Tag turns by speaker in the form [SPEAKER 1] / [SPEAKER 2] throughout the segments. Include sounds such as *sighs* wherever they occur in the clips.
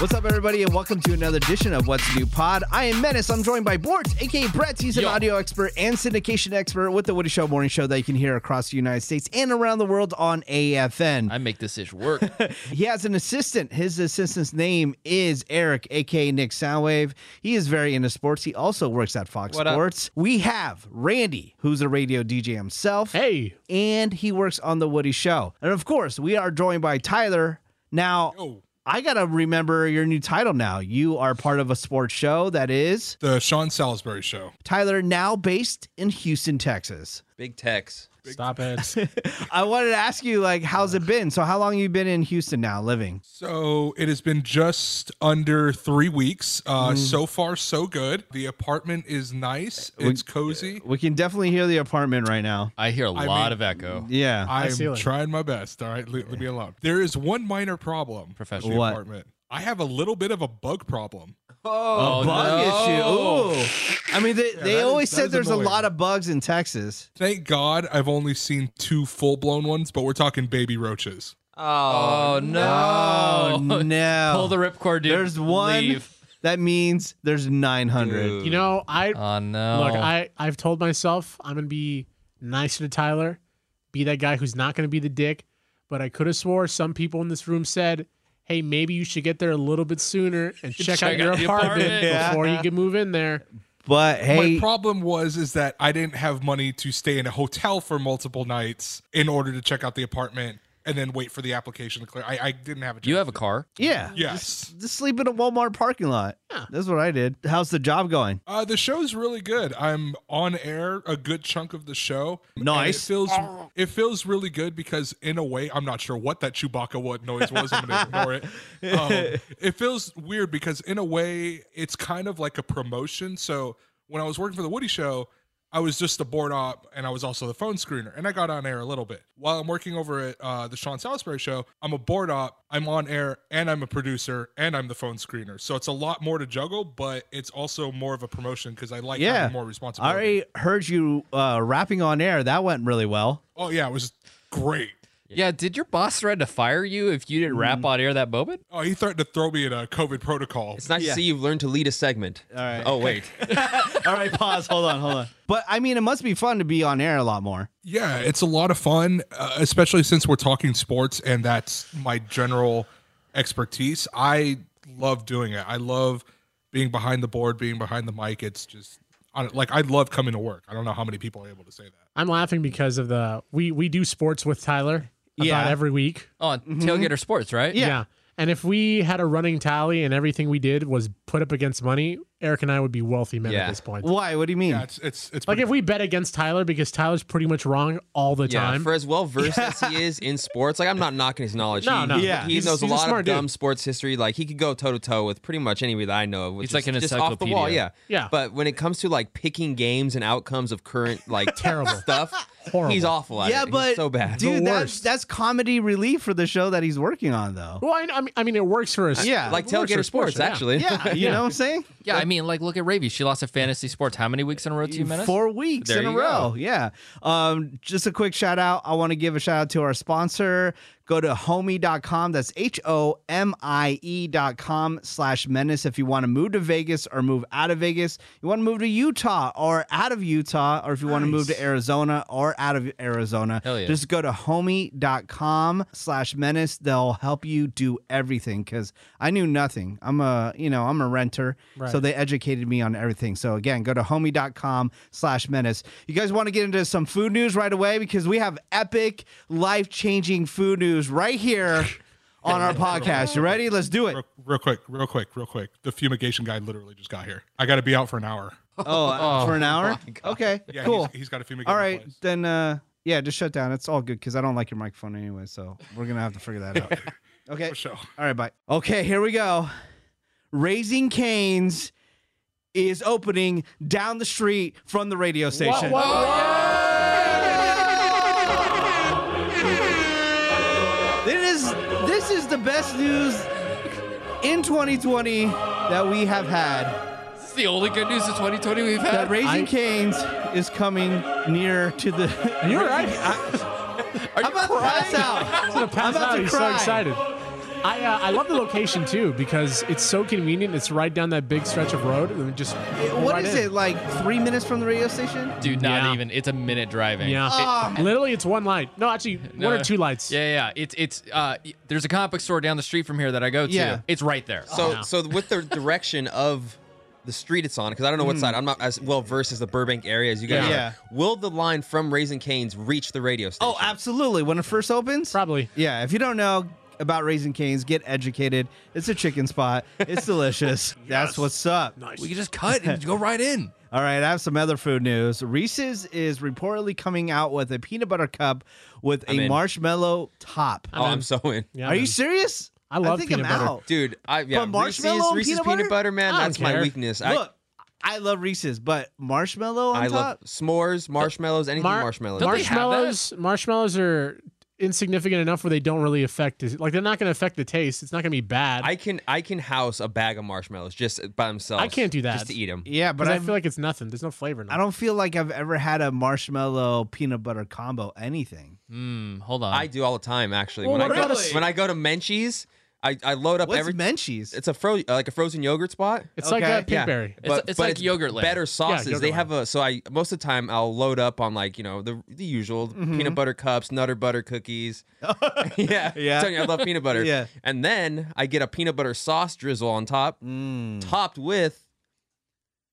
[SPEAKER 1] What's up, everybody, and welcome to another edition of What's New Pod. I am Menace. I'm joined by Bort, aka Brett. He's an
[SPEAKER 2] Yo.
[SPEAKER 1] audio expert and syndication expert with the Woody Show Morning Show that you can hear across the United States and around the world on AFN.
[SPEAKER 2] I make this ish work.
[SPEAKER 1] He has an assistant. His assistant's name is Eric, aka Nick Soundwave. He is very into sports. He also works at Fox
[SPEAKER 2] What up?
[SPEAKER 1] Sports. We have Randy, who's a radio DJ himself.
[SPEAKER 3] Hey,
[SPEAKER 1] and he works on the Woody Show. And of course, we are joined by Tyler. Now,
[SPEAKER 4] Oh,
[SPEAKER 1] I gotta remember your new title. Now, you are part of a sports show that is
[SPEAKER 4] The Sean Salisbury Show.
[SPEAKER 1] Tyler, now based in Houston, Texas.
[SPEAKER 2] Big Tex.
[SPEAKER 3] stop it.
[SPEAKER 1] I wanted to ask you, like, how's it been? So, how long you been in Houston now, living?
[SPEAKER 4] So it has been just under three weeks. Uh, So far, so good. The apartment is nice. It's cozy.
[SPEAKER 1] We can definitely hear the apartment right now.
[SPEAKER 2] I hear a
[SPEAKER 4] I
[SPEAKER 2] lot
[SPEAKER 4] mean-
[SPEAKER 2] of echo.
[SPEAKER 1] Yeah.
[SPEAKER 4] I'm
[SPEAKER 3] see it.
[SPEAKER 4] trying my best. All right, leave, leave me alone. There is one minor problem.
[SPEAKER 2] Professional.
[SPEAKER 4] with the
[SPEAKER 1] What?
[SPEAKER 4] apartment. I have a little bit of a bug problem.
[SPEAKER 2] Oh,
[SPEAKER 1] Bug
[SPEAKER 2] no.
[SPEAKER 1] issue. Ooh. I mean, they,
[SPEAKER 4] that
[SPEAKER 1] they
[SPEAKER 4] is-
[SPEAKER 1] always
[SPEAKER 4] that
[SPEAKER 1] said
[SPEAKER 4] is
[SPEAKER 1] there's
[SPEAKER 4] annoying.
[SPEAKER 1] a lot of bugs in Texas.
[SPEAKER 4] Thank God I've only seen two full blown ones, but we're talking baby roaches.
[SPEAKER 2] Oh, no.
[SPEAKER 1] Oh,
[SPEAKER 4] *laughs*
[SPEAKER 1] no.
[SPEAKER 2] Pull the ripcord, dude.
[SPEAKER 1] There's one.
[SPEAKER 2] Leave.
[SPEAKER 1] That means there's 900.
[SPEAKER 3] you know, I
[SPEAKER 2] Oh, no.
[SPEAKER 3] look, I I've told myself I'm gonna be nicer to Tyler, be that guy who's not gonna be the dick. But I could have swore some people in this room said, "Hey, maybe you should get there a little bit sooner and check, out your
[SPEAKER 2] the
[SPEAKER 3] apartment,
[SPEAKER 2] apartment.
[SPEAKER 1] Yeah.
[SPEAKER 3] before you can move in there."
[SPEAKER 1] But hey,
[SPEAKER 4] My problem was is that I didn't have money to stay in a hotel for multiple nights in order to check out the apartment and then wait for the application to clear. I, I didn't have a.
[SPEAKER 2] you
[SPEAKER 4] chance.
[SPEAKER 2] have a car?
[SPEAKER 1] yeah,
[SPEAKER 4] Yes.
[SPEAKER 1] just sleep in a Walmart parking lot.
[SPEAKER 3] Yeah.
[SPEAKER 1] That's what I did. How's the job going?
[SPEAKER 4] Uh, the show's really good. I'm on air a good chunk of the show. and
[SPEAKER 1] Nice.
[SPEAKER 4] It feels it feels really good because in a way I'm not sure what that Chewbacca what noise was. I'm gonna ignore it. Um, it feels weird because in a way it's kind of like a promotion. So when I was working for the Woody Show, I was just a board op and I was also the phone screener and I got on air a little bit. While I'm working over at uh, the Sean Salisbury show, I'm a board op, I'm on air and I'm a producer and I'm the phone screener. So it's a lot more to juggle, but it's also more of a promotion because I like
[SPEAKER 1] Yeah.
[SPEAKER 4] having more
[SPEAKER 1] I
[SPEAKER 4] responsibility.
[SPEAKER 1] already heard you uh, rapping on air. That went really well.
[SPEAKER 4] Oh yeah, it was great.
[SPEAKER 2] Yeah. Did your boss threaten to fire you if you didn't rap on air that moment?
[SPEAKER 4] Oh, he threatened to throw me in a COVID protocol.
[SPEAKER 5] It's nice to see you've learned to lead a segment. All
[SPEAKER 1] right.
[SPEAKER 5] Oh wait.
[SPEAKER 1] All right, pause. Hold on, hold on. But I mean, it must be fun to be on air a lot more.
[SPEAKER 4] Yeah, it's a lot of fun, uh, especially since we're talking sports and that's my general expertise. I love doing it. I love being behind the board, being behind the mic. It's just I don't- like I love coming to work. I don't know how many people are able to say that.
[SPEAKER 3] I'm laughing because of the we we do sports with Tyler about
[SPEAKER 1] Yeah.
[SPEAKER 3] every week.
[SPEAKER 2] Oh, *laughs* on Tailgater Sports, right?
[SPEAKER 3] Yeah. And if we had a running tally and everything we did was put up against money, Eric and I would be wealthy men
[SPEAKER 5] Yeah.
[SPEAKER 3] at this point.
[SPEAKER 1] Why? What do you mean?
[SPEAKER 4] Yeah, it's it's it's
[SPEAKER 3] Like
[SPEAKER 4] pretty
[SPEAKER 3] if we bet against Tyler because Tyler's pretty much wrong all the
[SPEAKER 5] Yeah,
[SPEAKER 3] time.
[SPEAKER 5] for as well versed as
[SPEAKER 3] *laughs*
[SPEAKER 5] he is in sports, like I'm not knocking his knowledge.
[SPEAKER 3] No,
[SPEAKER 5] he,
[SPEAKER 3] no.
[SPEAKER 5] he-
[SPEAKER 1] Yeah.
[SPEAKER 5] he
[SPEAKER 3] He's-
[SPEAKER 5] knows a
[SPEAKER 3] he's a
[SPEAKER 5] lot
[SPEAKER 3] smart
[SPEAKER 5] of dumb
[SPEAKER 3] dude.
[SPEAKER 5] sports history. Like he could go toe to toe with pretty much anybody that I know of. Which
[SPEAKER 2] He's like
[SPEAKER 5] is
[SPEAKER 2] an
[SPEAKER 5] just off the wall, yeah,
[SPEAKER 2] encyclopedia.
[SPEAKER 3] Yeah.
[SPEAKER 5] But when it comes to like picking games and outcomes of current like
[SPEAKER 3] *laughs* Terrible.
[SPEAKER 5] stuff,
[SPEAKER 3] Horrible.
[SPEAKER 5] he's awful at
[SPEAKER 1] yeah,
[SPEAKER 5] it. He's
[SPEAKER 1] but
[SPEAKER 5] so bad.
[SPEAKER 1] dude,
[SPEAKER 3] The
[SPEAKER 1] that's
[SPEAKER 3] worst.
[SPEAKER 1] that's comedy relief for the show that he's working on, though.
[SPEAKER 3] Well, I, I mean, I mean, it works for us.
[SPEAKER 1] Yeah.
[SPEAKER 5] like
[SPEAKER 3] it works for
[SPEAKER 5] tailgater sports,
[SPEAKER 3] yeah.
[SPEAKER 5] actually. *laughs*
[SPEAKER 1] Yeah, you know what I'm saying?
[SPEAKER 2] Yeah. I mean, like, look at Ravy. She lost a fantasy sports. How many weeks in a row? Two minutes?
[SPEAKER 1] Four weeks
[SPEAKER 2] There
[SPEAKER 1] in a
[SPEAKER 2] you go.
[SPEAKER 1] row. Yeah. Um, just a quick shout out. I want to give a shout out to our sponsor. Go to homie.com. That's H O M I E.com slash menace. If you want to move to Vegas or move out of Vegas, you want to move to Utah or out of Utah, or if you want to move to Arizona or out of Arizona,
[SPEAKER 2] Hell yeah.
[SPEAKER 1] just go to homie.com slash menace. They'll help you do everything because I knew nothing. I'm a, you know, I'm a renter. So
[SPEAKER 3] Right.
[SPEAKER 1] they educated me on everything. So again, go to homie.com slash menace. You guys want to get into some food news right away because we have epic, life changing food news right here on our podcast. You ready? Let's do it.
[SPEAKER 4] real, real quick, real quick, real quick. The fumigation guy literally just got here. I got to be out for an hour.
[SPEAKER 1] Oh, uh, for an hour? Okay,
[SPEAKER 4] Yeah,
[SPEAKER 1] cool.
[SPEAKER 4] He's, he's got a fumigation.
[SPEAKER 1] All right,
[SPEAKER 4] place.
[SPEAKER 1] then. uh yeah, just shut down. It's all good because I don't like your microphone anyway, so we're gonna have to figure that out. Okay.
[SPEAKER 4] *laughs* For sure.
[SPEAKER 1] All right, bye. Okay, here we go. Raising Canes is opening down the street from the radio station. This is this is the best news in 2020 that we have had.
[SPEAKER 2] This is the only good news of 2020 we've
[SPEAKER 1] That
[SPEAKER 2] had.
[SPEAKER 1] Raising
[SPEAKER 3] I-
[SPEAKER 1] Canes is coming near to the.
[SPEAKER 3] You're right.
[SPEAKER 6] Are you
[SPEAKER 1] I'm about to pass out.
[SPEAKER 3] I'm,
[SPEAKER 1] I'm about to
[SPEAKER 3] He's
[SPEAKER 1] cry.
[SPEAKER 3] so excited. I, uh, I love the location too because it's so convenient. It's right down that big stretch of road and it just
[SPEAKER 1] What
[SPEAKER 3] right
[SPEAKER 1] is
[SPEAKER 3] in.
[SPEAKER 1] it like? Three minutes from the radio station?
[SPEAKER 2] Dude, not
[SPEAKER 3] Yeah.
[SPEAKER 2] even. It's a minute driving.
[SPEAKER 3] Yeah, literally it's one light. No, actually
[SPEAKER 2] No.
[SPEAKER 3] one or two lights.
[SPEAKER 2] Yeah, yeah. It's it's uh y- there's a comic book store down the street from here that I go to.
[SPEAKER 1] Yeah.
[SPEAKER 2] It's right there.
[SPEAKER 6] So, so with the direction of the street it's on, because I don't know what side. I'm not as well versed as the Burbank area as you guys.
[SPEAKER 1] Hmm. Yeah.
[SPEAKER 6] are.
[SPEAKER 1] Yeah.
[SPEAKER 6] Will the line from Raising Canes reach the radio station?
[SPEAKER 1] Oh, absolutely. When it first opens?
[SPEAKER 3] Probably.
[SPEAKER 1] Yeah. If you don't know about Raising Canes, get educated. It's a chicken spot. It's *laughs* delicious. That's what's up.
[SPEAKER 2] Oh, we can just cut and go
[SPEAKER 6] *laughs*
[SPEAKER 2] right in.
[SPEAKER 1] All right, I have some other food news. Reese's is reportedly coming out with a peanut butter cup with a
[SPEAKER 6] in.
[SPEAKER 1] marshmallow top.
[SPEAKER 6] Oh, I'm so in.
[SPEAKER 3] Yeah,
[SPEAKER 1] Are you
[SPEAKER 3] man.
[SPEAKER 1] serious?
[SPEAKER 3] I love
[SPEAKER 1] think
[SPEAKER 3] peanut
[SPEAKER 1] I'm
[SPEAKER 3] butter.
[SPEAKER 1] out.
[SPEAKER 6] Dude, I yeah,
[SPEAKER 1] But marshmallow
[SPEAKER 6] Reese's,
[SPEAKER 1] and
[SPEAKER 6] Reese's
[SPEAKER 1] peanut
[SPEAKER 6] peanut,
[SPEAKER 1] butter?
[SPEAKER 6] butter, man,
[SPEAKER 3] I don't
[SPEAKER 6] that's my
[SPEAKER 3] care.
[SPEAKER 6] weakness.
[SPEAKER 1] Look, I love Reese's, but marshmallow on
[SPEAKER 6] I I
[SPEAKER 1] top.
[SPEAKER 6] love s'mores, marshmallows, anything
[SPEAKER 3] Mar-
[SPEAKER 6] marshmallows.
[SPEAKER 2] Don't they have that?
[SPEAKER 3] marshmallows marshmallows are insignificant enough where they don't really affect it. Like they're not going to affect the taste. It's not going to be bad.
[SPEAKER 6] I can I can house a bag of marshmallows just by themselves.
[SPEAKER 3] I can't do that.
[SPEAKER 6] Just to eat them.
[SPEAKER 1] yeah, but
[SPEAKER 3] but I
[SPEAKER 1] I
[SPEAKER 3] feel like it's nothing. There's no flavor. in it.
[SPEAKER 1] I don't feel like I've ever had a marshmallow peanut butter combo anything.
[SPEAKER 2] Mm, hold on.
[SPEAKER 6] I do all the time actually.
[SPEAKER 3] Well,
[SPEAKER 6] when,
[SPEAKER 3] what
[SPEAKER 6] I go
[SPEAKER 3] about
[SPEAKER 6] to,
[SPEAKER 3] a-
[SPEAKER 6] when I go to Menchie's, I, I load up
[SPEAKER 1] What's
[SPEAKER 6] every.
[SPEAKER 1] Menchie's? *laughs*
[SPEAKER 6] it's a fro- uh, like a frozen yogurt spot.
[SPEAKER 3] It's
[SPEAKER 1] Okay.
[SPEAKER 3] like uh, a
[SPEAKER 6] Yeah.
[SPEAKER 3] pink berry.
[SPEAKER 6] But-
[SPEAKER 2] it's
[SPEAKER 6] but
[SPEAKER 2] like yogurt layer.
[SPEAKER 6] Better sauces. they
[SPEAKER 3] yogurt
[SPEAKER 6] have a so I most of the time I'll load up on like you know the the usual
[SPEAKER 1] Mm-hmm.
[SPEAKER 6] peanut butter cups, nutter butter
[SPEAKER 1] *laughs*
[SPEAKER 6] cookies. *laughs* yeah,
[SPEAKER 1] Yeah.
[SPEAKER 6] Telling you, I love peanut butter.
[SPEAKER 1] Yeah.
[SPEAKER 6] and then I get a peanut butter sauce drizzle on top,
[SPEAKER 1] Mm.
[SPEAKER 6] topped with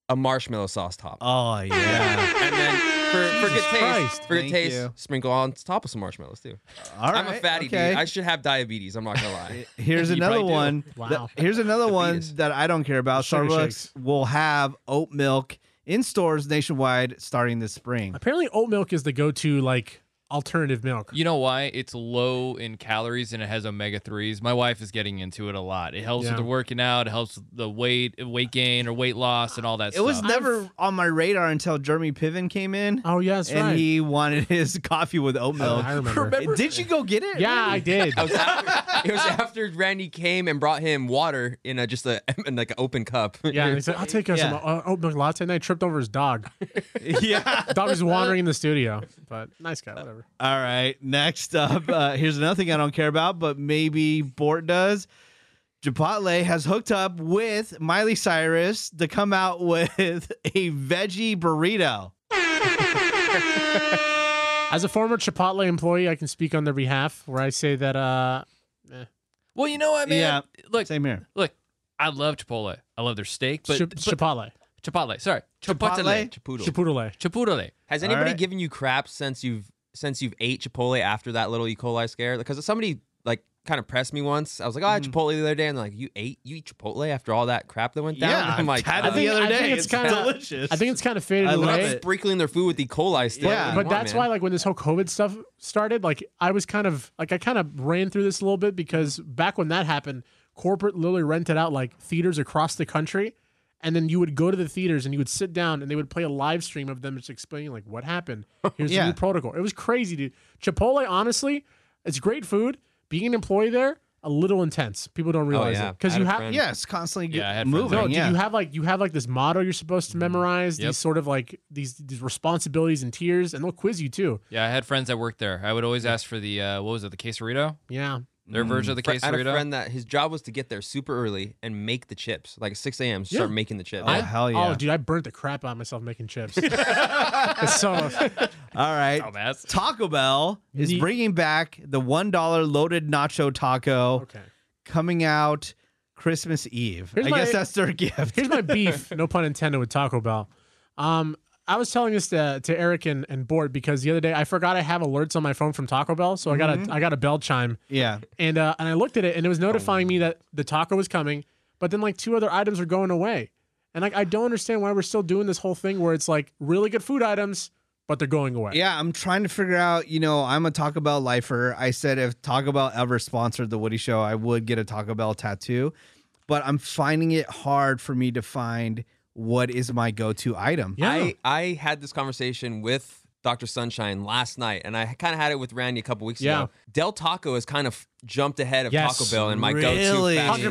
[SPEAKER 6] a marshmallow sauce top.
[SPEAKER 1] oh yeah.
[SPEAKER 6] and then for, for good taste,
[SPEAKER 3] Christ.
[SPEAKER 6] for good
[SPEAKER 1] Thank
[SPEAKER 6] taste,
[SPEAKER 1] you.
[SPEAKER 6] sprinkle on top of some marshmallows too.
[SPEAKER 1] All right.
[SPEAKER 6] I'm a fatty
[SPEAKER 1] okay.
[SPEAKER 6] dude. I should have diabetes. I'm not gonna
[SPEAKER 1] *laughs*
[SPEAKER 6] lie. *laughs*
[SPEAKER 1] Here's
[SPEAKER 6] You
[SPEAKER 1] another
[SPEAKER 6] probably do.
[SPEAKER 1] one.
[SPEAKER 3] Wow.
[SPEAKER 1] Th-
[SPEAKER 6] *laughs*
[SPEAKER 1] here's another one
[SPEAKER 6] fetus.
[SPEAKER 1] that I don't care about.
[SPEAKER 3] Sugar
[SPEAKER 1] Starbucks
[SPEAKER 3] shakes.
[SPEAKER 1] will have oat milk in stores nationwide starting this spring.
[SPEAKER 3] Apparently, oat milk is the go-to like alternative milk.
[SPEAKER 2] You know why? It's low in calories and it has omega threes. My wife is getting into it a lot. It helps
[SPEAKER 3] Yeah.
[SPEAKER 2] with the working out. It helps with the weight weight gain or weight loss and all that
[SPEAKER 1] It
[SPEAKER 2] stuff.
[SPEAKER 1] was never on my radar until Jeremy Piven came in
[SPEAKER 3] Oh yeah, that's
[SPEAKER 1] and
[SPEAKER 3] right.
[SPEAKER 1] he wanted *laughs* his coffee with oat
[SPEAKER 3] Oh,
[SPEAKER 1] milk.
[SPEAKER 6] *laughs*
[SPEAKER 3] I remember.
[SPEAKER 1] Did you go get it?
[SPEAKER 3] Yeah,
[SPEAKER 1] *laughs*
[SPEAKER 3] I did.
[SPEAKER 6] It was, after, it was after Randy came and brought him water in a, just a *laughs* in like an open cup.
[SPEAKER 3] Yeah, he said, I'll take us
[SPEAKER 1] Yeah.
[SPEAKER 3] some uh, oat milk latte. And I tripped over his dog.
[SPEAKER 1] yeah.
[SPEAKER 3] dog was wandering in the studio, but nice guy, whatever.
[SPEAKER 1] All right. Next up, uh, here's another thing I don't care about, but maybe Bort does. Chipotle has hooked up with Miley Cyrus to come out with *laughs* a veggie burrito.
[SPEAKER 3] As a former Chipotle employee, I can speak on their behalf where I say that uh,
[SPEAKER 2] well, you know what, man?
[SPEAKER 1] Yeah.
[SPEAKER 2] Look,
[SPEAKER 1] Same here.
[SPEAKER 2] look. I love Chipotle. I love their steak, but,
[SPEAKER 3] chi-
[SPEAKER 2] but-
[SPEAKER 3] Chipotle,
[SPEAKER 2] Chipotle. Sorry,
[SPEAKER 1] Chipotle?
[SPEAKER 2] Chipotle.
[SPEAKER 6] Chipotle.
[SPEAKER 3] Chipotle.
[SPEAKER 2] Chipotle.
[SPEAKER 6] Has
[SPEAKER 1] All
[SPEAKER 6] anybody
[SPEAKER 1] right.
[SPEAKER 6] given you crap since you've since you've ate Chipotle after that little E. coli scare? Because somebody like kind of pressed me once. I was like, "Oh, I had Chipotle the other day," and they're like, "You ate you eat Chipotle after all that crap that went down?"
[SPEAKER 1] Yeah,
[SPEAKER 6] *laughs* I'm like,
[SPEAKER 1] had
[SPEAKER 3] I
[SPEAKER 1] it
[SPEAKER 3] think-
[SPEAKER 1] the other
[SPEAKER 3] I think
[SPEAKER 1] day.
[SPEAKER 3] it's kinda-
[SPEAKER 1] delicious.
[SPEAKER 3] I think it's kind of faded
[SPEAKER 1] I love
[SPEAKER 3] away.
[SPEAKER 1] it.
[SPEAKER 6] sprinkling their food with E. coli stuff.
[SPEAKER 1] Yeah.
[SPEAKER 3] But that's why, like, when this whole COVID stuff started, like, I was kind of like, I kind of ran through this a little bit because back when that happened, corporate literally rented out like theaters across the country, and then you would go to the theaters and you would sit down and they would play a live stream of them just explaining like
[SPEAKER 6] *laughs*
[SPEAKER 3] what happened.
[SPEAKER 6] Oh,
[SPEAKER 3] Here's
[SPEAKER 1] Yeah.
[SPEAKER 3] the new protocol. It was crazy, dude. Chipotle, honestly, it's great food. Being an employee there, a little intense. People don't realize
[SPEAKER 6] Oh, yeah.
[SPEAKER 3] it
[SPEAKER 6] I
[SPEAKER 3] because
[SPEAKER 6] had
[SPEAKER 3] you
[SPEAKER 6] a
[SPEAKER 3] have
[SPEAKER 6] friend.
[SPEAKER 1] yeah, it's constantly
[SPEAKER 2] Yeah, I had
[SPEAKER 1] get
[SPEAKER 2] friends
[SPEAKER 1] moving.
[SPEAKER 2] that-
[SPEAKER 3] no, dude,
[SPEAKER 1] yeah.
[SPEAKER 3] you have like you have like this motto you're supposed
[SPEAKER 6] Mm-hmm.
[SPEAKER 3] to memorize.
[SPEAKER 2] Yep.
[SPEAKER 3] These sort of like these these responsibilities and tiers, and they'll quiz you too.
[SPEAKER 2] Yeah, I had friends that worked there. I would always ask for the uh, what was it, the quesarito?
[SPEAKER 3] Yeah.
[SPEAKER 2] Their version of the
[SPEAKER 6] Mm, Fr- I had a
[SPEAKER 2] quesarito.
[SPEAKER 6] friend that his job was to get there super early and make the chips, like 6 a.m. Start making the chips.
[SPEAKER 1] Oh, hell yeah.
[SPEAKER 3] Oh, dude, I burnt the crap out of myself
[SPEAKER 6] *laughs*
[SPEAKER 3] making chips. It's so- Oh,
[SPEAKER 1] All right.
[SPEAKER 2] Dumbass.
[SPEAKER 1] Taco Bell is
[SPEAKER 3] Neat.
[SPEAKER 1] bringing back the $1 loaded nacho taco
[SPEAKER 3] okay.
[SPEAKER 1] coming out Christmas Eve.
[SPEAKER 3] Here's
[SPEAKER 1] I
[SPEAKER 3] my-
[SPEAKER 1] guess that's their gift.
[SPEAKER 3] Here's my beef, no pun intended, with Taco Bell. Um, I was telling this to, to Eric and, and Bort because the other day I forgot I have alerts on my phone from Taco Bell, so I got
[SPEAKER 6] Mm-hmm.
[SPEAKER 3] a I got a bell chime
[SPEAKER 1] yeah.
[SPEAKER 3] and uh, and I looked at it and it was notifying me that the taco was coming, but then like two other items are going away, and like I don't understand why we're still doing this whole thing where it's like really good food items, but they're going away.
[SPEAKER 1] Yeah, I'm trying to figure out. You know, I'm a Taco Bell lifer. I said if Taco Bell ever sponsored the Woody Show, I would get a Taco Bell tattoo. But I'm finding it hard for me to find what is my go to item.
[SPEAKER 3] Yeah.
[SPEAKER 6] I, I had this conversation with Dr. Sunshine last night, and I kind of had it with Randy a couple weeks
[SPEAKER 3] Yeah.
[SPEAKER 6] ago. Del Taco has kind of jumped ahead of
[SPEAKER 3] Yes.
[SPEAKER 6] Taco Bell in my go-to
[SPEAKER 1] Really?
[SPEAKER 6] fast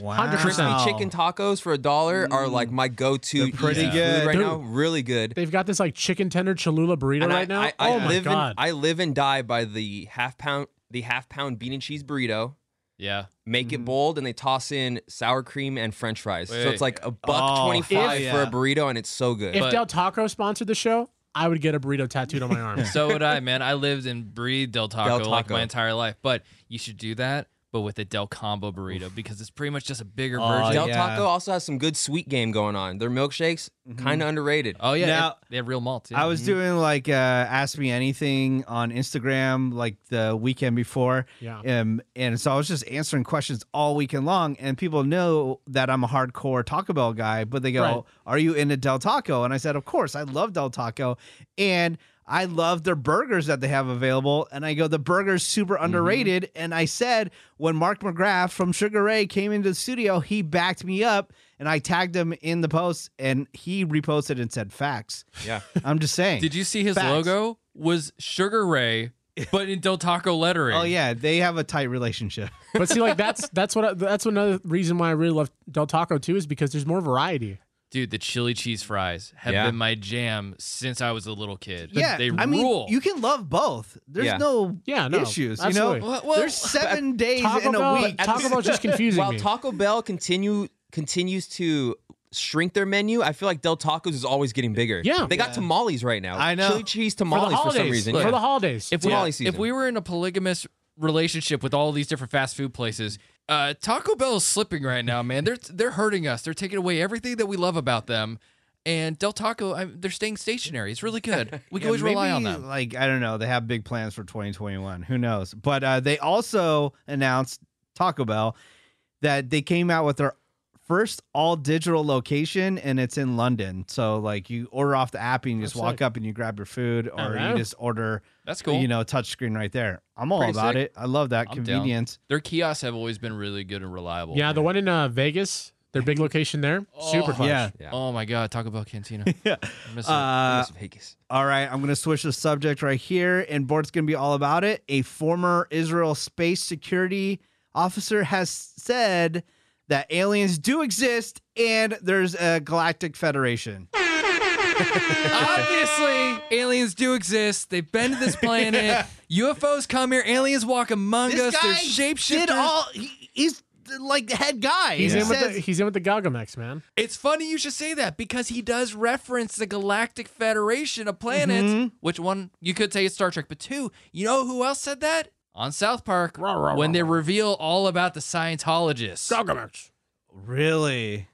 [SPEAKER 6] food.
[SPEAKER 3] 100%.
[SPEAKER 2] Yeah.
[SPEAKER 1] Wow.
[SPEAKER 6] Crispy
[SPEAKER 3] 100%.
[SPEAKER 6] chicken tacos for a dollar are like my go-to
[SPEAKER 1] They're pretty
[SPEAKER 6] easy
[SPEAKER 1] Mm. good.
[SPEAKER 6] food right
[SPEAKER 3] Dude.
[SPEAKER 6] now. Really good.
[SPEAKER 3] They've got this like chicken tender Cholula burrito
[SPEAKER 6] And I-
[SPEAKER 3] right now.
[SPEAKER 6] I, I
[SPEAKER 3] oh my
[SPEAKER 6] live
[SPEAKER 3] god!
[SPEAKER 6] and I live and die by the half pound the half pound bean and cheese burrito.
[SPEAKER 2] Yeah.
[SPEAKER 6] Make
[SPEAKER 1] Mm-hmm.
[SPEAKER 6] it bold, and they toss in sour cream and French fries. So
[SPEAKER 2] Wait.
[SPEAKER 6] it's like a buck
[SPEAKER 1] Oh,
[SPEAKER 6] twenty five
[SPEAKER 1] if-
[SPEAKER 6] for a burrito, and it's so good.
[SPEAKER 3] if
[SPEAKER 2] but-
[SPEAKER 3] Del Taco sponsored the show, I would get a burrito tattooed on my
[SPEAKER 1] *laughs*
[SPEAKER 3] arm.
[SPEAKER 2] So would I, man. I lived and breathed Del Taco,
[SPEAKER 6] Del
[SPEAKER 2] like
[SPEAKER 6] Taco.
[SPEAKER 2] my entire life. But you should do that, but with a Del Combo burrito because it's pretty much just a bigger
[SPEAKER 3] Oh,
[SPEAKER 2] version.
[SPEAKER 6] Del
[SPEAKER 1] yeah.
[SPEAKER 6] Taco also has some good sweet game going on. Their milkshakes
[SPEAKER 3] Mm-hmm.
[SPEAKER 6] kind of underrated.
[SPEAKER 2] Oh yeah,
[SPEAKER 1] Now-
[SPEAKER 2] it- they have real malts. Yeah.
[SPEAKER 1] I was doing like uh, ask me anything on Instagram like the weekend before,
[SPEAKER 3] Yeah.
[SPEAKER 1] um, and so I was just answering questions all weekend long. And people know that I'm a hardcore Taco Bell guy, but they go,
[SPEAKER 3] Right.
[SPEAKER 1] "Are you into Del Taco?" And I said, "Of course, I love Del Taco," and I love their burgers that they have available. And I go, "The burgers
[SPEAKER 3] Mm-hmm.
[SPEAKER 1] super underrated." And I said, when Mark McGrath from Sugar Ray came into the studio, he backed me up. And I tagged him in the post, and he reposted and said, "Facts."
[SPEAKER 3] *laughs*
[SPEAKER 6] Yeah.
[SPEAKER 1] I'm just saying.
[SPEAKER 2] Did you see his
[SPEAKER 1] Facts.
[SPEAKER 2] logo? Was
[SPEAKER 1] *laughs*
[SPEAKER 2] Sugar Ray, but in Del Taco lettering.
[SPEAKER 1] Oh yeah, they have a tight
[SPEAKER 2] *laughs*
[SPEAKER 1] relationship.
[SPEAKER 3] but see, like that's that's what I, that's another reason why I really love Del Taco too is because there's more variety.
[SPEAKER 2] dude, the chili cheese fries have
[SPEAKER 6] Yeah.
[SPEAKER 2] been my jam since I was a little kid.
[SPEAKER 1] yeah,
[SPEAKER 2] they
[SPEAKER 1] I mean,
[SPEAKER 2] rule.
[SPEAKER 1] you can love both. There's
[SPEAKER 6] Yeah.
[SPEAKER 1] no
[SPEAKER 3] Yeah, no,
[SPEAKER 1] issues. You know,
[SPEAKER 3] absolutely.
[SPEAKER 2] Well- well,
[SPEAKER 1] there's
[SPEAKER 2] *laughs*
[SPEAKER 1] seven days
[SPEAKER 3] Taco
[SPEAKER 1] in a
[SPEAKER 3] Bell,
[SPEAKER 1] week.
[SPEAKER 3] Taco Bell's just confusing
[SPEAKER 6] While
[SPEAKER 3] me.
[SPEAKER 6] Taco Bell continue continues to shrink their menu, I feel like Del Tacos is always getting bigger.
[SPEAKER 3] Yeah.
[SPEAKER 6] they got tamales right now.
[SPEAKER 1] I know.
[SPEAKER 6] chili cheese
[SPEAKER 3] for the
[SPEAKER 6] tamales for,
[SPEAKER 3] holidays,
[SPEAKER 6] some reason.
[SPEAKER 3] for
[SPEAKER 6] yeah.
[SPEAKER 3] the holidays,
[SPEAKER 2] if we,
[SPEAKER 6] Tamale
[SPEAKER 2] if
[SPEAKER 6] season.
[SPEAKER 2] we were in a polygamous relationship with all these different fast food places, uh, Taco Bell is slipping right now, man. They're they're hurting us. They're taking away everything that we love about them. And Del Taco, I, they're staying stationary. It's
[SPEAKER 1] *laughs*
[SPEAKER 2] really good. We *laughs* can
[SPEAKER 1] Yeah,
[SPEAKER 2] always rely on
[SPEAKER 1] maybe,
[SPEAKER 2] them.
[SPEAKER 1] Like I don't know, they have big plans for 2021. Who knows? But uh, they also announced Taco Bell that they came out with their first all digital location, and it's in London. So like you order off the app and you just
[SPEAKER 3] That's
[SPEAKER 1] walk
[SPEAKER 3] sick.
[SPEAKER 1] up and you grab your food, or
[SPEAKER 3] Hello.
[SPEAKER 1] you just order
[SPEAKER 2] That's cool.
[SPEAKER 1] you know touchscreen right there. I'm all
[SPEAKER 6] Pretty
[SPEAKER 1] about
[SPEAKER 6] sick.
[SPEAKER 1] it. I love that
[SPEAKER 2] I'm down.
[SPEAKER 1] convenience.
[SPEAKER 2] Their kiosks have always been really good and reliable.
[SPEAKER 3] yeah, the one in uh, Vegas,
[SPEAKER 1] *laughs*
[SPEAKER 3] their big location there, super
[SPEAKER 2] Oh,
[SPEAKER 3] fun.
[SPEAKER 1] Yeah.
[SPEAKER 6] Yeah.
[SPEAKER 2] Oh my God, Taco
[SPEAKER 1] *laughs*
[SPEAKER 2] Bell Cantina.
[SPEAKER 1] Yeah.
[SPEAKER 2] I miss it.
[SPEAKER 1] Uh,
[SPEAKER 6] Las Vegas.
[SPEAKER 1] all right, I'm going to switch the subject right here, and Bort's going to be all about it. A former Israel space security officer has said that aliens do exist and there's a galactic federation.
[SPEAKER 2] *laughs* Obviously, aliens do exist. They've been
[SPEAKER 1] *laughs*
[SPEAKER 2] to this planet. UFOs come here. Aliens walk among
[SPEAKER 1] This
[SPEAKER 2] us. They're
[SPEAKER 1] guy
[SPEAKER 2] shapeshifters.
[SPEAKER 1] did all, he, he's like the head guy.
[SPEAKER 3] He's
[SPEAKER 1] He
[SPEAKER 3] in with the
[SPEAKER 1] says-
[SPEAKER 3] he's in with the Gagamex man.
[SPEAKER 2] It's funny you should say that because he does reference the Galactic Federation of Planets,
[SPEAKER 3] Mm-hmm.
[SPEAKER 2] which one you could say is Star Trek, but two, you know who else said that? On South Park, when they reveal all about the Scientologists.
[SPEAKER 3] Gagamex.
[SPEAKER 1] really?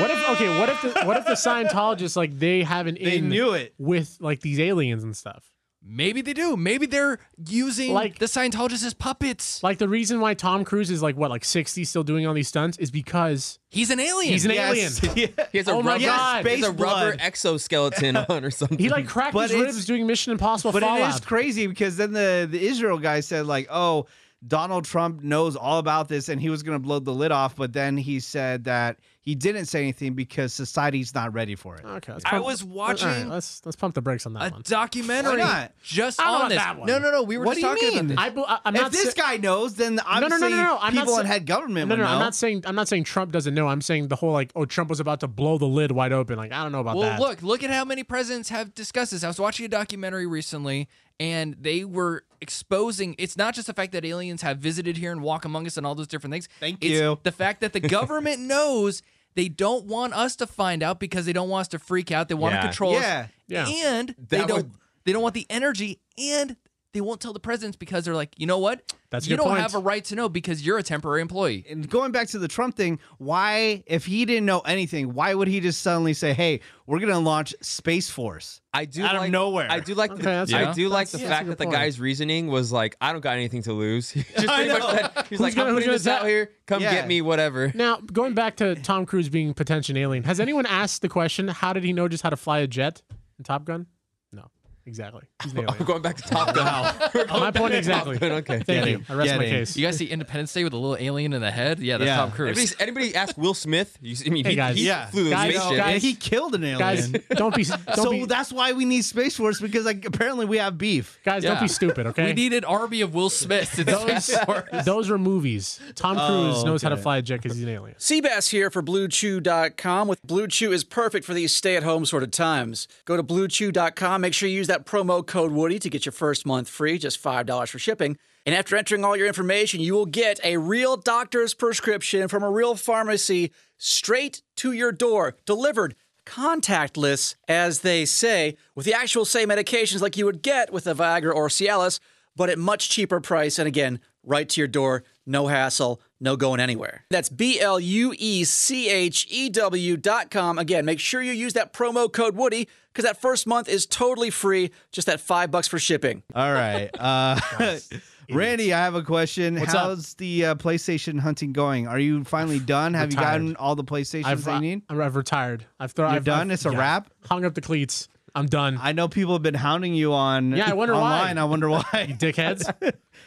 [SPEAKER 3] What if okay? What if the, what if the Scientologists like they have an
[SPEAKER 1] They
[SPEAKER 3] in
[SPEAKER 1] knew it.
[SPEAKER 3] with like these aliens and stuff?
[SPEAKER 2] Maybe they do. Maybe they're using
[SPEAKER 3] Like-
[SPEAKER 2] the Scientologists as puppets.
[SPEAKER 3] Like the reason why Tom Cruise is like what like sixty still doing all these stunts is because
[SPEAKER 2] He's an alien.
[SPEAKER 3] he's an
[SPEAKER 1] Yes.
[SPEAKER 3] alien.
[SPEAKER 1] *laughs* Yeah.
[SPEAKER 6] He has a
[SPEAKER 3] oh my
[SPEAKER 6] rubber,
[SPEAKER 3] God.
[SPEAKER 6] he has a
[SPEAKER 1] Space
[SPEAKER 6] rubber
[SPEAKER 1] blood.
[SPEAKER 6] exoskeleton
[SPEAKER 1] *laughs*
[SPEAKER 6] on or something.
[SPEAKER 3] He like cracked
[SPEAKER 1] Mm-hmm. But
[SPEAKER 3] his
[SPEAKER 1] it's-
[SPEAKER 3] ribs doing Mission Impossible
[SPEAKER 1] But
[SPEAKER 3] Fallout.
[SPEAKER 1] it is crazy because then the, the Israel guy said, like, oh, Donald Trump knows all about this and he was going to blow the lid off. But then he said that he didn't say anything because society's not ready for it.
[SPEAKER 3] Okay, let's
[SPEAKER 2] I
[SPEAKER 3] pump-
[SPEAKER 2] was
[SPEAKER 3] all right,
[SPEAKER 2] watching
[SPEAKER 3] let's let's pump the brakes on
[SPEAKER 2] a
[SPEAKER 3] that one.
[SPEAKER 2] documentary
[SPEAKER 1] Why not?
[SPEAKER 2] just
[SPEAKER 3] I don't
[SPEAKER 2] on
[SPEAKER 3] want
[SPEAKER 2] this.
[SPEAKER 3] that one.
[SPEAKER 2] No, no, no. We were
[SPEAKER 1] What
[SPEAKER 2] just
[SPEAKER 1] do you
[SPEAKER 2] talking
[SPEAKER 1] mean?
[SPEAKER 2] about this.
[SPEAKER 3] I, bel- I am
[SPEAKER 1] if
[SPEAKER 3] not
[SPEAKER 1] this
[SPEAKER 3] sa-
[SPEAKER 1] guy knows, then
[SPEAKER 3] no,
[SPEAKER 1] obviously
[SPEAKER 3] no, no. I'm not
[SPEAKER 1] people
[SPEAKER 3] sa-
[SPEAKER 1] in head government
[SPEAKER 3] No,
[SPEAKER 1] would
[SPEAKER 3] no,
[SPEAKER 1] know.
[SPEAKER 3] I'm not saying I'm not saying Trump doesn't know. I'm saying the whole like, oh, Trump was about to blow the lid wide open. Like, I don't know about
[SPEAKER 2] well,
[SPEAKER 3] that.
[SPEAKER 2] look, look at how many presidents have discussed this. I was watching a documentary recently, and they were exposing. It's not just the fact that aliens have visited here and walk among us and all those different things.
[SPEAKER 1] Thank
[SPEAKER 2] It's
[SPEAKER 1] you.
[SPEAKER 2] The fact that the government knows they don't want us to find out because they don't want us to freak out. They want
[SPEAKER 6] Yeah.
[SPEAKER 2] to control
[SPEAKER 1] Yeah.
[SPEAKER 2] us.
[SPEAKER 3] Yeah.
[SPEAKER 2] And they
[SPEAKER 6] That
[SPEAKER 2] don't.
[SPEAKER 6] would-
[SPEAKER 2] They don't want the energy and. They won't tell the presidents because they're like, you know what?
[SPEAKER 3] That's a
[SPEAKER 2] you
[SPEAKER 3] good
[SPEAKER 2] don't
[SPEAKER 3] point.
[SPEAKER 2] have a right to know because you're a temporary employee.
[SPEAKER 1] And going back to the Trump thing, why, if he didn't know anything, why would he just suddenly say, hey, we're going to launch Space Force?
[SPEAKER 6] I do
[SPEAKER 1] out of
[SPEAKER 6] like,
[SPEAKER 1] nowhere.
[SPEAKER 6] I do like
[SPEAKER 3] Okay,
[SPEAKER 6] the,
[SPEAKER 3] that's
[SPEAKER 6] I
[SPEAKER 2] fair.
[SPEAKER 6] do like the
[SPEAKER 3] That's- yeah,
[SPEAKER 6] fact that
[SPEAKER 3] that's a good
[SPEAKER 6] the
[SPEAKER 3] point.
[SPEAKER 6] guy's reasoning was like, I don't got anything to lose. *laughs* He just pretty
[SPEAKER 1] know.
[SPEAKER 6] much said, he's like,
[SPEAKER 3] gonna-
[SPEAKER 6] I'm
[SPEAKER 3] who's
[SPEAKER 6] putting
[SPEAKER 3] gonna
[SPEAKER 6] this out
[SPEAKER 3] tell-
[SPEAKER 6] here. Come
[SPEAKER 1] Yeah.
[SPEAKER 6] get me, whatever. *laughs*
[SPEAKER 3] Now, going back to Tom Cruise being potential alien, has anyone asked the question, how did he know just how to fly a jet in Top Gun? No. Exactly. He's an
[SPEAKER 6] *laughs*
[SPEAKER 3] alien.
[SPEAKER 6] We're going back to Top Gun. We're going
[SPEAKER 3] My
[SPEAKER 6] back
[SPEAKER 3] point
[SPEAKER 6] to
[SPEAKER 3] exactly.
[SPEAKER 6] Top Gun, Okay.
[SPEAKER 3] Thank
[SPEAKER 1] Get
[SPEAKER 3] you.
[SPEAKER 1] him.
[SPEAKER 3] I rest
[SPEAKER 1] Get
[SPEAKER 3] my
[SPEAKER 1] him.
[SPEAKER 3] case.
[SPEAKER 2] You guys see Independence Day with a little alien in the head? Yeah, that's
[SPEAKER 1] Yeah.
[SPEAKER 2] Tom Cruise.
[SPEAKER 6] Anybody, anybody ask Will Smith? You see, I mean,
[SPEAKER 3] Hey,
[SPEAKER 6] he,
[SPEAKER 3] guys.
[SPEAKER 6] he
[SPEAKER 1] Yeah.
[SPEAKER 6] flew the
[SPEAKER 3] Guys,
[SPEAKER 6] spaceship.
[SPEAKER 3] guys.
[SPEAKER 1] And he killed an alien.
[SPEAKER 3] Guys, don't be don't
[SPEAKER 1] so
[SPEAKER 3] be
[SPEAKER 1] that's why we need Space Force because like apparently we have beef.
[SPEAKER 3] guys. Don't
[SPEAKER 2] Yeah.
[SPEAKER 3] be stupid. Okay.
[SPEAKER 2] We need an army of Will Smiths in Space Force.
[SPEAKER 3] Those were movies. Tom Cruise knows how
[SPEAKER 1] Oh,
[SPEAKER 3] to
[SPEAKER 1] okay.
[SPEAKER 3] fly a jet because he's an alien.
[SPEAKER 7] Seabass here for BlueChew.com. With Blue Chew is perfect for these stay-at-home sort of times. Go to BlueChew.com. Make sure you use that promo code Woody to get your first month free, just five dollars for shipping. And after entering all your information, you will get a real doctor's prescription from a real pharmacy straight to your door, delivered contactless, as they say, with the actual same medications like you would get with a Viagra or Cialis, but at much cheaper price. And again, right to your door, no hassle, no going anywhere. That's B L U E C H E W dot com. Again, make sure you use that promo code Woody because that first month is totally free, just that five bucks for shipping.
[SPEAKER 1] All right. Uh, *laughs* Randy, I have a question. How's the uh, PlayStation hunting going? Are you
[SPEAKER 3] *sighs*
[SPEAKER 1] finally done? Have you
[SPEAKER 3] retired.
[SPEAKER 1] gotten all the PlayStations
[SPEAKER 3] I've,
[SPEAKER 1] that you need?
[SPEAKER 3] I, have retired. I've thrown.
[SPEAKER 1] You're
[SPEAKER 3] I've,
[SPEAKER 1] done?
[SPEAKER 3] I've-
[SPEAKER 1] It's a wrap?
[SPEAKER 3] Hung up the cleats. I'm done.
[SPEAKER 1] I know people have been hounding you on
[SPEAKER 3] Yeah, I wonder why.
[SPEAKER 1] online. I wonder
[SPEAKER 3] *laughs*
[SPEAKER 1] why. *laughs*
[SPEAKER 3] Dickheads.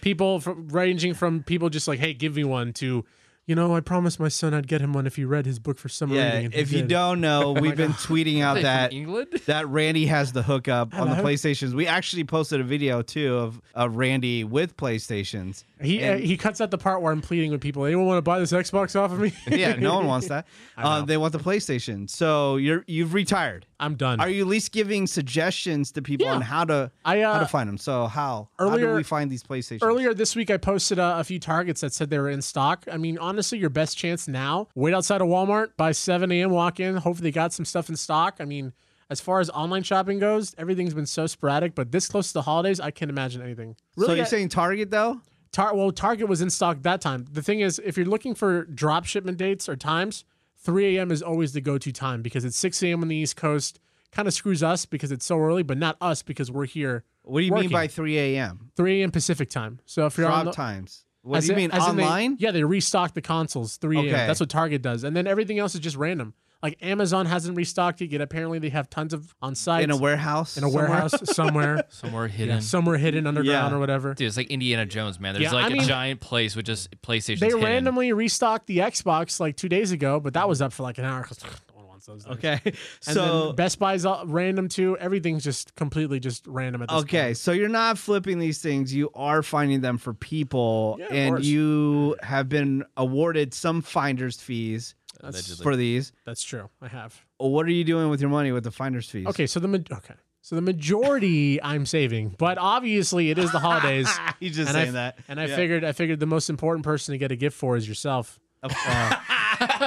[SPEAKER 3] people from, ranging from people just like, hey, give me one to, you know, I promised my son I'd get him one if he read his book for summer
[SPEAKER 1] yeah,
[SPEAKER 3] reading. and he
[SPEAKER 1] if you
[SPEAKER 3] did.
[SPEAKER 1] don't
[SPEAKER 3] *laughs* Oh
[SPEAKER 1] know, we've been tweeting out
[SPEAKER 2] From
[SPEAKER 1] that
[SPEAKER 2] England?
[SPEAKER 1] *laughs* that Randy has the hookup on the
[SPEAKER 3] Hello?
[SPEAKER 1] PlayStations. We actually posted a video too of, of Randy with PlayStations.
[SPEAKER 3] he uh, he cuts out the part where I'm pleading with people. Anyone want to buy this Xbox off of me?
[SPEAKER 1] Yeah, no
[SPEAKER 3] *laughs*
[SPEAKER 1] one wants that. Uh, they want the PlayStation. So you're you've retired.
[SPEAKER 3] I'm done.
[SPEAKER 1] Are you at least giving suggestions to people on how to
[SPEAKER 3] I, uh,
[SPEAKER 1] how to find them? So how how do
[SPEAKER 3] earlier-
[SPEAKER 1] we find these PlayStations?
[SPEAKER 3] Earlier this week, I posted a, a few targets that said they were in stock. I mean, honestly, your best chance now: wait outside of Walmart by 7 a.m. Walk in. Hopefully, they got some stuff in stock. I mean, as far as online shopping goes, everything's been so sporadic. But this close to the holidays, I can't imagine anything.
[SPEAKER 1] so
[SPEAKER 3] Really,
[SPEAKER 1] you're
[SPEAKER 3] I-
[SPEAKER 1] saying Target though?
[SPEAKER 3] Tar- well, Target was in stock that time. The thing is, if you're looking for drop shipment dates or times, 3 a.m. is always the go-to time because it's 6 a.m. on the East Coast. Kind of screws us because it's so early, but not us because we're here.
[SPEAKER 1] What do you
[SPEAKER 3] working.
[SPEAKER 1] mean by 3 a.m.
[SPEAKER 3] 3 a.m. Pacific time? So if you're on
[SPEAKER 1] drop
[SPEAKER 3] the,
[SPEAKER 1] times? What
[SPEAKER 3] As
[SPEAKER 1] do you
[SPEAKER 3] in-
[SPEAKER 1] mean
[SPEAKER 3] as in they-
[SPEAKER 1] online?
[SPEAKER 3] yeah, they restock the consoles 3 a.m.
[SPEAKER 1] Okay.
[SPEAKER 3] That's what Target does, and then everything else is just random. Like Amazon hasn't restocked it yet. Apparently, they have tons of on site
[SPEAKER 1] in a warehouse?
[SPEAKER 3] in a
[SPEAKER 1] somewhere? *laughs*
[SPEAKER 3] warehouse somewhere,
[SPEAKER 2] *laughs* Somewhere hidden.
[SPEAKER 3] yeah, somewhere hidden underground
[SPEAKER 1] Yeah.
[SPEAKER 3] or whatever.
[SPEAKER 2] Dude, it's like Indiana Jones, man. There's
[SPEAKER 3] Yeah,
[SPEAKER 2] like
[SPEAKER 3] I
[SPEAKER 2] a
[SPEAKER 3] mean-
[SPEAKER 2] giant place with just PlayStations.
[SPEAKER 3] They
[SPEAKER 2] hidden.
[SPEAKER 3] randomly restocked the Xbox like two days ago, but that was up for like an hour. *laughs* 'cause no one wants those. things.
[SPEAKER 1] Okay.
[SPEAKER 3] And
[SPEAKER 1] so
[SPEAKER 3] then Best Buy's all random too. Everything's just completely just random at this
[SPEAKER 1] okay,
[SPEAKER 3] point.
[SPEAKER 1] so you're not flipping these things. You are finding them for people,
[SPEAKER 3] Yeah, of
[SPEAKER 1] and
[SPEAKER 3] course.
[SPEAKER 1] you have been awarded some finder's fees
[SPEAKER 2] Allegedly.
[SPEAKER 1] for these.
[SPEAKER 3] That's true. I have.
[SPEAKER 1] What are you doing with your money with the finder's fees?
[SPEAKER 3] Okay, so the ma- okay, so the majority I'm saving, but obviously it is
[SPEAKER 1] *laughs*
[SPEAKER 3] the holidays.
[SPEAKER 1] He's just
[SPEAKER 3] and I
[SPEAKER 1] saying
[SPEAKER 3] f-
[SPEAKER 1] that.
[SPEAKER 3] And I
[SPEAKER 1] Yeah.
[SPEAKER 3] figured I figured the most important person to get a gift for is yourself.
[SPEAKER 1] Of-
[SPEAKER 3] *laughs*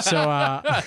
[SPEAKER 3] So uh,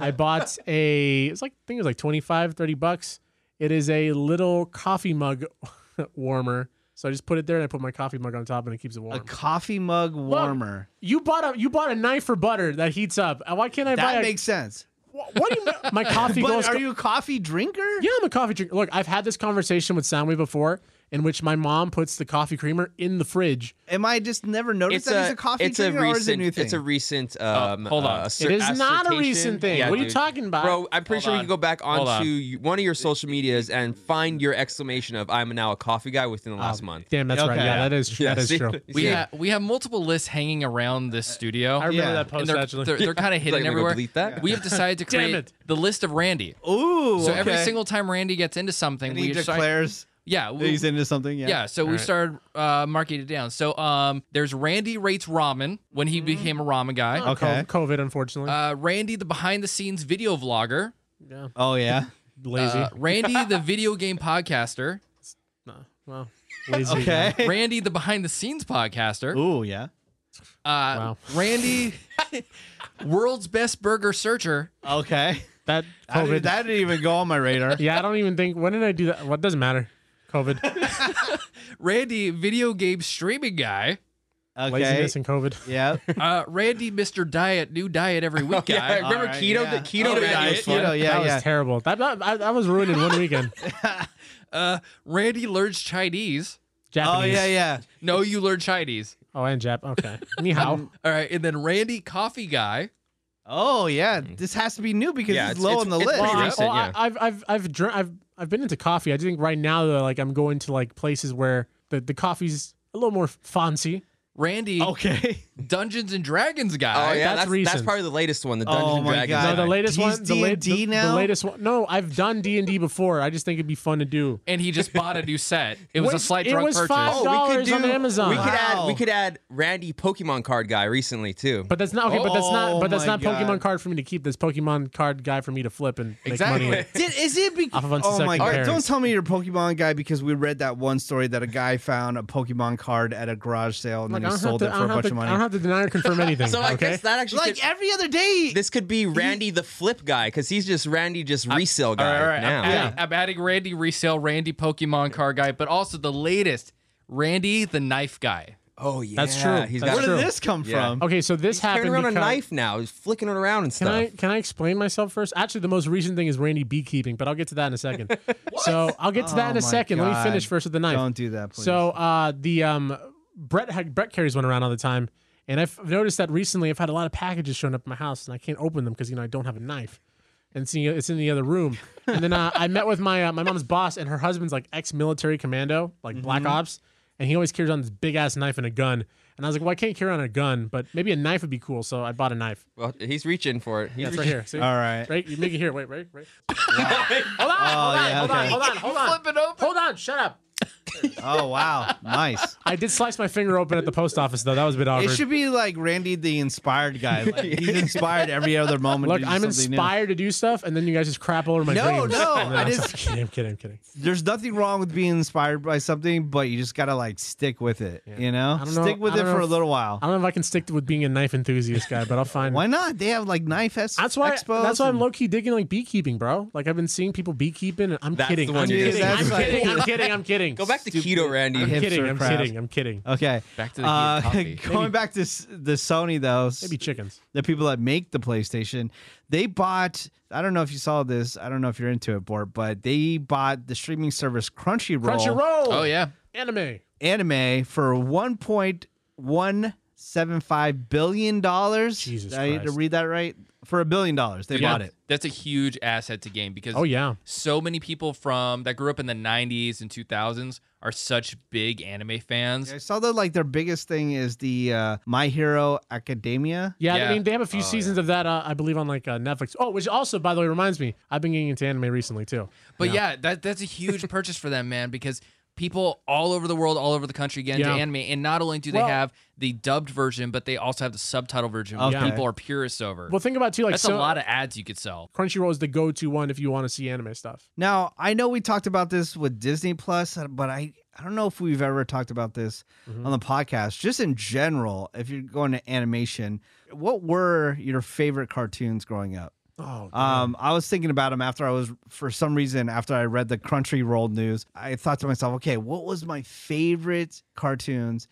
[SPEAKER 3] I bought a it's like I think it was like 25, 30 bucks. It is a little coffee mug *laughs* warmer. So I just put it there and I put my coffee mug on top and it keeps it warm.
[SPEAKER 1] a coffee mug warmer.
[SPEAKER 3] you bought a you bought a knife for butter that heats up. Uh, Why can't I buy
[SPEAKER 1] that
[SPEAKER 3] a
[SPEAKER 1] makes sense.
[SPEAKER 3] wh- what do you mean- my coffee
[SPEAKER 1] *laughs* But
[SPEAKER 3] goes
[SPEAKER 1] are you a coffee drinker?
[SPEAKER 3] Yeah, I'm a coffee drinker. Look, I've had this conversation with Soundwave before, in which my mom puts the coffee creamer in the fridge.
[SPEAKER 1] Am I just never noticed that he's a coffee
[SPEAKER 6] it's
[SPEAKER 1] drinker
[SPEAKER 6] a recent,
[SPEAKER 1] or is it a new thing?
[SPEAKER 6] It's a recent. Um,
[SPEAKER 2] hold on.
[SPEAKER 6] uh,
[SPEAKER 2] It
[SPEAKER 6] asser-
[SPEAKER 3] is not a
[SPEAKER 6] assertion.
[SPEAKER 3] recent thing. What are you
[SPEAKER 6] dude.
[SPEAKER 3] talking about?
[SPEAKER 6] Bro, I'm pretty
[SPEAKER 2] Hold
[SPEAKER 6] sure you
[SPEAKER 2] on.
[SPEAKER 6] can go back
[SPEAKER 2] Hold on.
[SPEAKER 6] onto you- one of your social medias and find your exclamation of "I'm now a coffee guy" within the last month.
[SPEAKER 3] Oh, Damn, that's right.
[SPEAKER 1] Okay.
[SPEAKER 3] Yeah, that is true.
[SPEAKER 6] Yeah,
[SPEAKER 3] that
[SPEAKER 6] *laughs*
[SPEAKER 3] is
[SPEAKER 6] see?
[SPEAKER 3] true.
[SPEAKER 6] You
[SPEAKER 2] We
[SPEAKER 6] see?
[SPEAKER 2] have we have multiple lists hanging around this studio.
[SPEAKER 3] I remember
[SPEAKER 1] Yeah.
[SPEAKER 3] that post
[SPEAKER 2] and they're,
[SPEAKER 3] actually.
[SPEAKER 2] they're, kind of
[SPEAKER 6] He's like, "I'm
[SPEAKER 2] hidden
[SPEAKER 6] gonna go
[SPEAKER 2] everywhere.
[SPEAKER 6] delete that?"
[SPEAKER 2] We have decided to
[SPEAKER 3] *laughs* Damn
[SPEAKER 2] create
[SPEAKER 3] it.
[SPEAKER 2] the list of Randy.
[SPEAKER 1] Ooh.
[SPEAKER 2] So every
[SPEAKER 1] okay.
[SPEAKER 2] single time Randy gets into something,
[SPEAKER 1] and
[SPEAKER 2] we
[SPEAKER 1] he
[SPEAKER 2] decide-
[SPEAKER 1] declares
[SPEAKER 2] yeah,
[SPEAKER 1] that
[SPEAKER 2] we,
[SPEAKER 1] he's into something. Yeah.
[SPEAKER 2] yeah. So we started uh, marking it down. So um, there's Randy rates ramen when
[SPEAKER 3] Mm-hmm.
[SPEAKER 2] he became a ramen
[SPEAKER 3] Oh,
[SPEAKER 1] *laughs*
[SPEAKER 2] guy.
[SPEAKER 1] Okay.
[SPEAKER 3] Co- COVID, unfortunately.
[SPEAKER 2] Uh, Randy the behind the scenes video vlogger.
[SPEAKER 1] Oh yeah.
[SPEAKER 3] *laughs* lazy.
[SPEAKER 2] Uh, Randy the video game podcaster.
[SPEAKER 3] well, lazy.
[SPEAKER 6] *laughs*
[SPEAKER 1] Okay.
[SPEAKER 2] Randy the behind the scenes podcaster.
[SPEAKER 1] Ooh yeah.
[SPEAKER 2] Uh,
[SPEAKER 3] Wow.
[SPEAKER 6] *laughs*
[SPEAKER 2] Randy, world's best burger searcher.
[SPEAKER 1] Okay.
[SPEAKER 3] That
[SPEAKER 1] I didn't-
[SPEAKER 3] COVID.
[SPEAKER 1] that didn't even go on my radar.
[SPEAKER 3] yeah, I don't even think. When did I do that? What doesn't matter.
[SPEAKER 1] *laughs*
[SPEAKER 3] COVID,
[SPEAKER 2] Randy, video game streaming guy.
[SPEAKER 1] Okay.
[SPEAKER 3] laziness,
[SPEAKER 1] *laughs*
[SPEAKER 3] and COVID.
[SPEAKER 1] Yeah.
[SPEAKER 2] Uh, Randy, Mr. Diet, new diet every week
[SPEAKER 6] Oh, Yeah,
[SPEAKER 2] guy.
[SPEAKER 6] remember
[SPEAKER 1] All right,
[SPEAKER 6] keto?
[SPEAKER 1] yeah.
[SPEAKER 6] The keto
[SPEAKER 1] Oh, yeah,
[SPEAKER 6] diet was
[SPEAKER 1] keto,
[SPEAKER 6] fun.
[SPEAKER 1] yeah,
[SPEAKER 3] that
[SPEAKER 1] yeah. Oh,
[SPEAKER 3] was terrible. That, that, I, that was ruined in
[SPEAKER 1] *laughs*
[SPEAKER 3] one weekend.
[SPEAKER 2] Uh, Randy learns Chinese.
[SPEAKER 1] Oh
[SPEAKER 3] Japanese.
[SPEAKER 1] yeah, yeah.
[SPEAKER 2] No, you learn Chinese.
[SPEAKER 1] Um,
[SPEAKER 2] Um,
[SPEAKER 3] Oh, and Jap. Okay. Ni hao.
[SPEAKER 2] All right, and then Randy, coffee guy.
[SPEAKER 1] Oh yeah, this has to be new because
[SPEAKER 6] Yeah,
[SPEAKER 1] it's,
[SPEAKER 6] it's-
[SPEAKER 1] low
[SPEAKER 6] it's-
[SPEAKER 1] on the
[SPEAKER 6] it's
[SPEAKER 1] list.
[SPEAKER 6] pretty
[SPEAKER 3] Well, I,
[SPEAKER 1] right?
[SPEAKER 6] recent.
[SPEAKER 3] well, I-
[SPEAKER 6] yeah.
[SPEAKER 3] I've I've I've dr- I've I've been into coffee. I think right now though, like I'm going to like places where the the coffee's a little more fancy.
[SPEAKER 1] *laughs*
[SPEAKER 2] Randy,
[SPEAKER 1] Okay.
[SPEAKER 2] Dungeons and Dragons guy.
[SPEAKER 6] Oh yeah,
[SPEAKER 3] that's
[SPEAKER 6] that's
[SPEAKER 3] recent.
[SPEAKER 6] probably the latest one. The
[SPEAKER 1] Oh,
[SPEAKER 6] Dungeons and
[SPEAKER 1] my
[SPEAKER 6] Dragons.
[SPEAKER 1] God.
[SPEAKER 3] No,
[SPEAKER 6] guy.
[SPEAKER 3] the latest
[SPEAKER 1] He's
[SPEAKER 3] one. The, la-
[SPEAKER 1] D&D
[SPEAKER 3] the-
[SPEAKER 1] now?
[SPEAKER 3] the latest one. No, I've done D and D before. I just think it'd be fun to do.
[SPEAKER 2] And he just bought a new set. It was a
[SPEAKER 3] Wait,
[SPEAKER 2] slight
[SPEAKER 3] it
[SPEAKER 2] drug
[SPEAKER 3] was
[SPEAKER 2] purchase.
[SPEAKER 3] five
[SPEAKER 6] Oh, we could
[SPEAKER 3] dollars on
[SPEAKER 6] do-
[SPEAKER 3] Amazon.
[SPEAKER 6] We could add
[SPEAKER 1] Wow.
[SPEAKER 6] we could add Randy Pokemon card guy recently too.
[SPEAKER 3] But that's not okay. but that's
[SPEAKER 1] Oh
[SPEAKER 3] not. But that's
[SPEAKER 1] my
[SPEAKER 3] not Pokemon
[SPEAKER 1] God.
[SPEAKER 3] card for me to keep. This Pokemon card guy for me to flip and make
[SPEAKER 2] Exactly.
[SPEAKER 3] money. with.
[SPEAKER 1] Did, is it because
[SPEAKER 3] Off of
[SPEAKER 1] oh my
[SPEAKER 3] unsuspecting
[SPEAKER 1] god?
[SPEAKER 3] parents.
[SPEAKER 1] Don't tell me you're a Pokemon guy because we read that one story that a guy found a Pokemon card at a garage sale and
[SPEAKER 3] Like,
[SPEAKER 1] then
[SPEAKER 3] I
[SPEAKER 1] he
[SPEAKER 3] don't have
[SPEAKER 1] sold
[SPEAKER 3] to.
[SPEAKER 1] it
[SPEAKER 3] I
[SPEAKER 1] for a
[SPEAKER 3] don't have
[SPEAKER 1] bunch
[SPEAKER 3] to-
[SPEAKER 1] of
[SPEAKER 3] I don't
[SPEAKER 1] money.
[SPEAKER 3] have to deny
[SPEAKER 1] *laughs*
[SPEAKER 3] or confirm anything.
[SPEAKER 6] so I
[SPEAKER 3] okay.
[SPEAKER 6] guess that actually
[SPEAKER 1] Like
[SPEAKER 6] could-
[SPEAKER 1] every other day.
[SPEAKER 6] this could be Randy the flip guy because he's just Randy just resale guy
[SPEAKER 2] All right,
[SPEAKER 6] now.
[SPEAKER 2] I'm, adding, I'm adding Randy resale, Randy Pokemon card guy, but also the latest Randy the knife guy.
[SPEAKER 6] Oh yeah,
[SPEAKER 3] That's true.
[SPEAKER 6] He's
[SPEAKER 3] That's
[SPEAKER 6] got
[SPEAKER 1] Where
[SPEAKER 3] true.
[SPEAKER 1] did this come
[SPEAKER 6] Yeah.
[SPEAKER 1] from?
[SPEAKER 3] Okay, so this
[SPEAKER 6] he's
[SPEAKER 3] happened
[SPEAKER 6] carrying around a
[SPEAKER 3] because-
[SPEAKER 6] knife now. He's flicking it around and
[SPEAKER 3] Can
[SPEAKER 6] stuff.
[SPEAKER 3] I can I explain myself first? Actually, the most recent thing is Randy beekeeping, but I'll get to that in a second. so I'll get to that
[SPEAKER 1] Oh
[SPEAKER 3] in a
[SPEAKER 1] my
[SPEAKER 3] second. Let me finish
[SPEAKER 1] God.
[SPEAKER 3] first with the knife.
[SPEAKER 1] Don't do that, please.
[SPEAKER 3] So uh, the um, Brett had- Brett carries one around all the time, and I've noticed that recently. I've had a lot of packages showing up at my house, and I can't open them because you know I don't have a knife, and seeing it's in the other room. And then uh, I met with my uh, my mom's boss, and her husband's like ex-military commando, like Black Ops, and he always carries on this big ass knife and a gun. And I was like, well, I can't carry on a gun, but maybe a knife would be cool. So I bought a knife.
[SPEAKER 6] Well, he's reaching for it. He's
[SPEAKER 3] That's right
[SPEAKER 6] reaching-
[SPEAKER 3] here. See?
[SPEAKER 1] All right. Oh,
[SPEAKER 3] Right? You make it here. Wait, right, right. hold on, hold on,
[SPEAKER 1] yeah,
[SPEAKER 3] hold on,
[SPEAKER 1] okay.
[SPEAKER 3] hold on, hold on.
[SPEAKER 2] Flip it open.
[SPEAKER 3] Hold on, shut up.
[SPEAKER 1] Oh wow, *laughs* nice.
[SPEAKER 3] I did slice my finger open at the post office though. That was a bit
[SPEAKER 1] It
[SPEAKER 3] awkward.
[SPEAKER 1] should be like Randy the inspired guy. Like,
[SPEAKER 3] *laughs*
[SPEAKER 1] he's inspired every other moment.
[SPEAKER 3] Look,
[SPEAKER 1] to do
[SPEAKER 3] I'm
[SPEAKER 1] something new.
[SPEAKER 3] inspired to do stuff, and then you guys just crap all over my
[SPEAKER 1] No,
[SPEAKER 3] dreams. *laughs*
[SPEAKER 1] no,
[SPEAKER 3] And then
[SPEAKER 1] I
[SPEAKER 3] I'm
[SPEAKER 1] just-
[SPEAKER 3] kidding. I'm kidding. I'm kidding.
[SPEAKER 1] There's nothing wrong with being inspired by something, but you just gotta like stick with it. You know,
[SPEAKER 3] I don't know-
[SPEAKER 1] stick with
[SPEAKER 3] I
[SPEAKER 1] it
[SPEAKER 3] don't know
[SPEAKER 1] for a
[SPEAKER 3] if-
[SPEAKER 1] little while.
[SPEAKER 3] I don't know if I can stick to with being a knife enthusiast guy, but I'll find.
[SPEAKER 1] Why not? They have like knife es-
[SPEAKER 3] That's why.
[SPEAKER 1] expos.
[SPEAKER 3] that's why I'm
[SPEAKER 1] and-
[SPEAKER 3] low key digging like beekeeping, bro. Like I've been seeing people beekeeping, and I'm
[SPEAKER 6] That's
[SPEAKER 3] kidding.
[SPEAKER 6] the one
[SPEAKER 3] I'm,
[SPEAKER 6] you're
[SPEAKER 3] kidding.
[SPEAKER 1] gonna
[SPEAKER 3] I'm,
[SPEAKER 1] say. That's
[SPEAKER 3] kidding.
[SPEAKER 1] like-
[SPEAKER 3] I'm kidding. I'm kidding.
[SPEAKER 6] Go back to keto, Randy.
[SPEAKER 3] I'm kidding.
[SPEAKER 1] Hipster
[SPEAKER 3] I'm
[SPEAKER 1] crap.
[SPEAKER 3] kidding. I'm kidding.
[SPEAKER 1] Okay.
[SPEAKER 2] Back to the
[SPEAKER 1] Uh, *laughs*
[SPEAKER 2] coffee.
[SPEAKER 1] going back to s- the Sony though, s-
[SPEAKER 3] Maybe chickens.
[SPEAKER 1] the people that make the PlayStation, they bought. I don't know if you saw this. I don't know if you're into it, Bort, but they bought the streaming service Crunchyroll,
[SPEAKER 3] Crunchyroll.
[SPEAKER 2] Oh yeah.
[SPEAKER 3] Anime.
[SPEAKER 1] anime for 1.175 billion dollars.
[SPEAKER 3] Jesus
[SPEAKER 1] Did I need to
[SPEAKER 3] Christ.
[SPEAKER 1] read that right? For a billion dollars, they
[SPEAKER 2] Yeah.
[SPEAKER 1] bought it.
[SPEAKER 2] That's a huge asset to game because
[SPEAKER 3] Oh yeah.
[SPEAKER 2] so many people from that grew up in the 90s and 2000s are such big anime fans.
[SPEAKER 1] I saw that like their biggest thing is the uh, My Hero Academia.
[SPEAKER 3] Yeah, I
[SPEAKER 2] Yeah.
[SPEAKER 3] mean they have a few seasons of that, uh, I believe, on like uh, Netflix. Oh, which also, by the way, reminds me, I've been getting into anime recently too.
[SPEAKER 2] But yeah, that that's a
[SPEAKER 3] *laughs*
[SPEAKER 2] huge purchase for them, man, because people all over the world, all over the country get into
[SPEAKER 3] Yeah.
[SPEAKER 2] anime, and not only do they
[SPEAKER 3] Well-
[SPEAKER 2] have the dubbed version, but they also have the subtitle version, which
[SPEAKER 1] Okay.
[SPEAKER 2] people are purists over.
[SPEAKER 3] Well, think about too, like
[SPEAKER 2] that's a
[SPEAKER 3] so,
[SPEAKER 2] lot of ads you could sell.
[SPEAKER 3] Crunchyroll is the go-to one if you want to see anime stuff.
[SPEAKER 1] Now, I know we talked about this with Disney Plus, uh, but I, I don't know if we've ever talked about this on the podcast. Just in general, if you're going to animation, what were your favorite cartoons growing up?
[SPEAKER 3] Oh,
[SPEAKER 1] Um, I was thinking about them after I was, for some reason, after I read the Crunchyroll news, I thought to myself, okay, what was my favorite cartoons?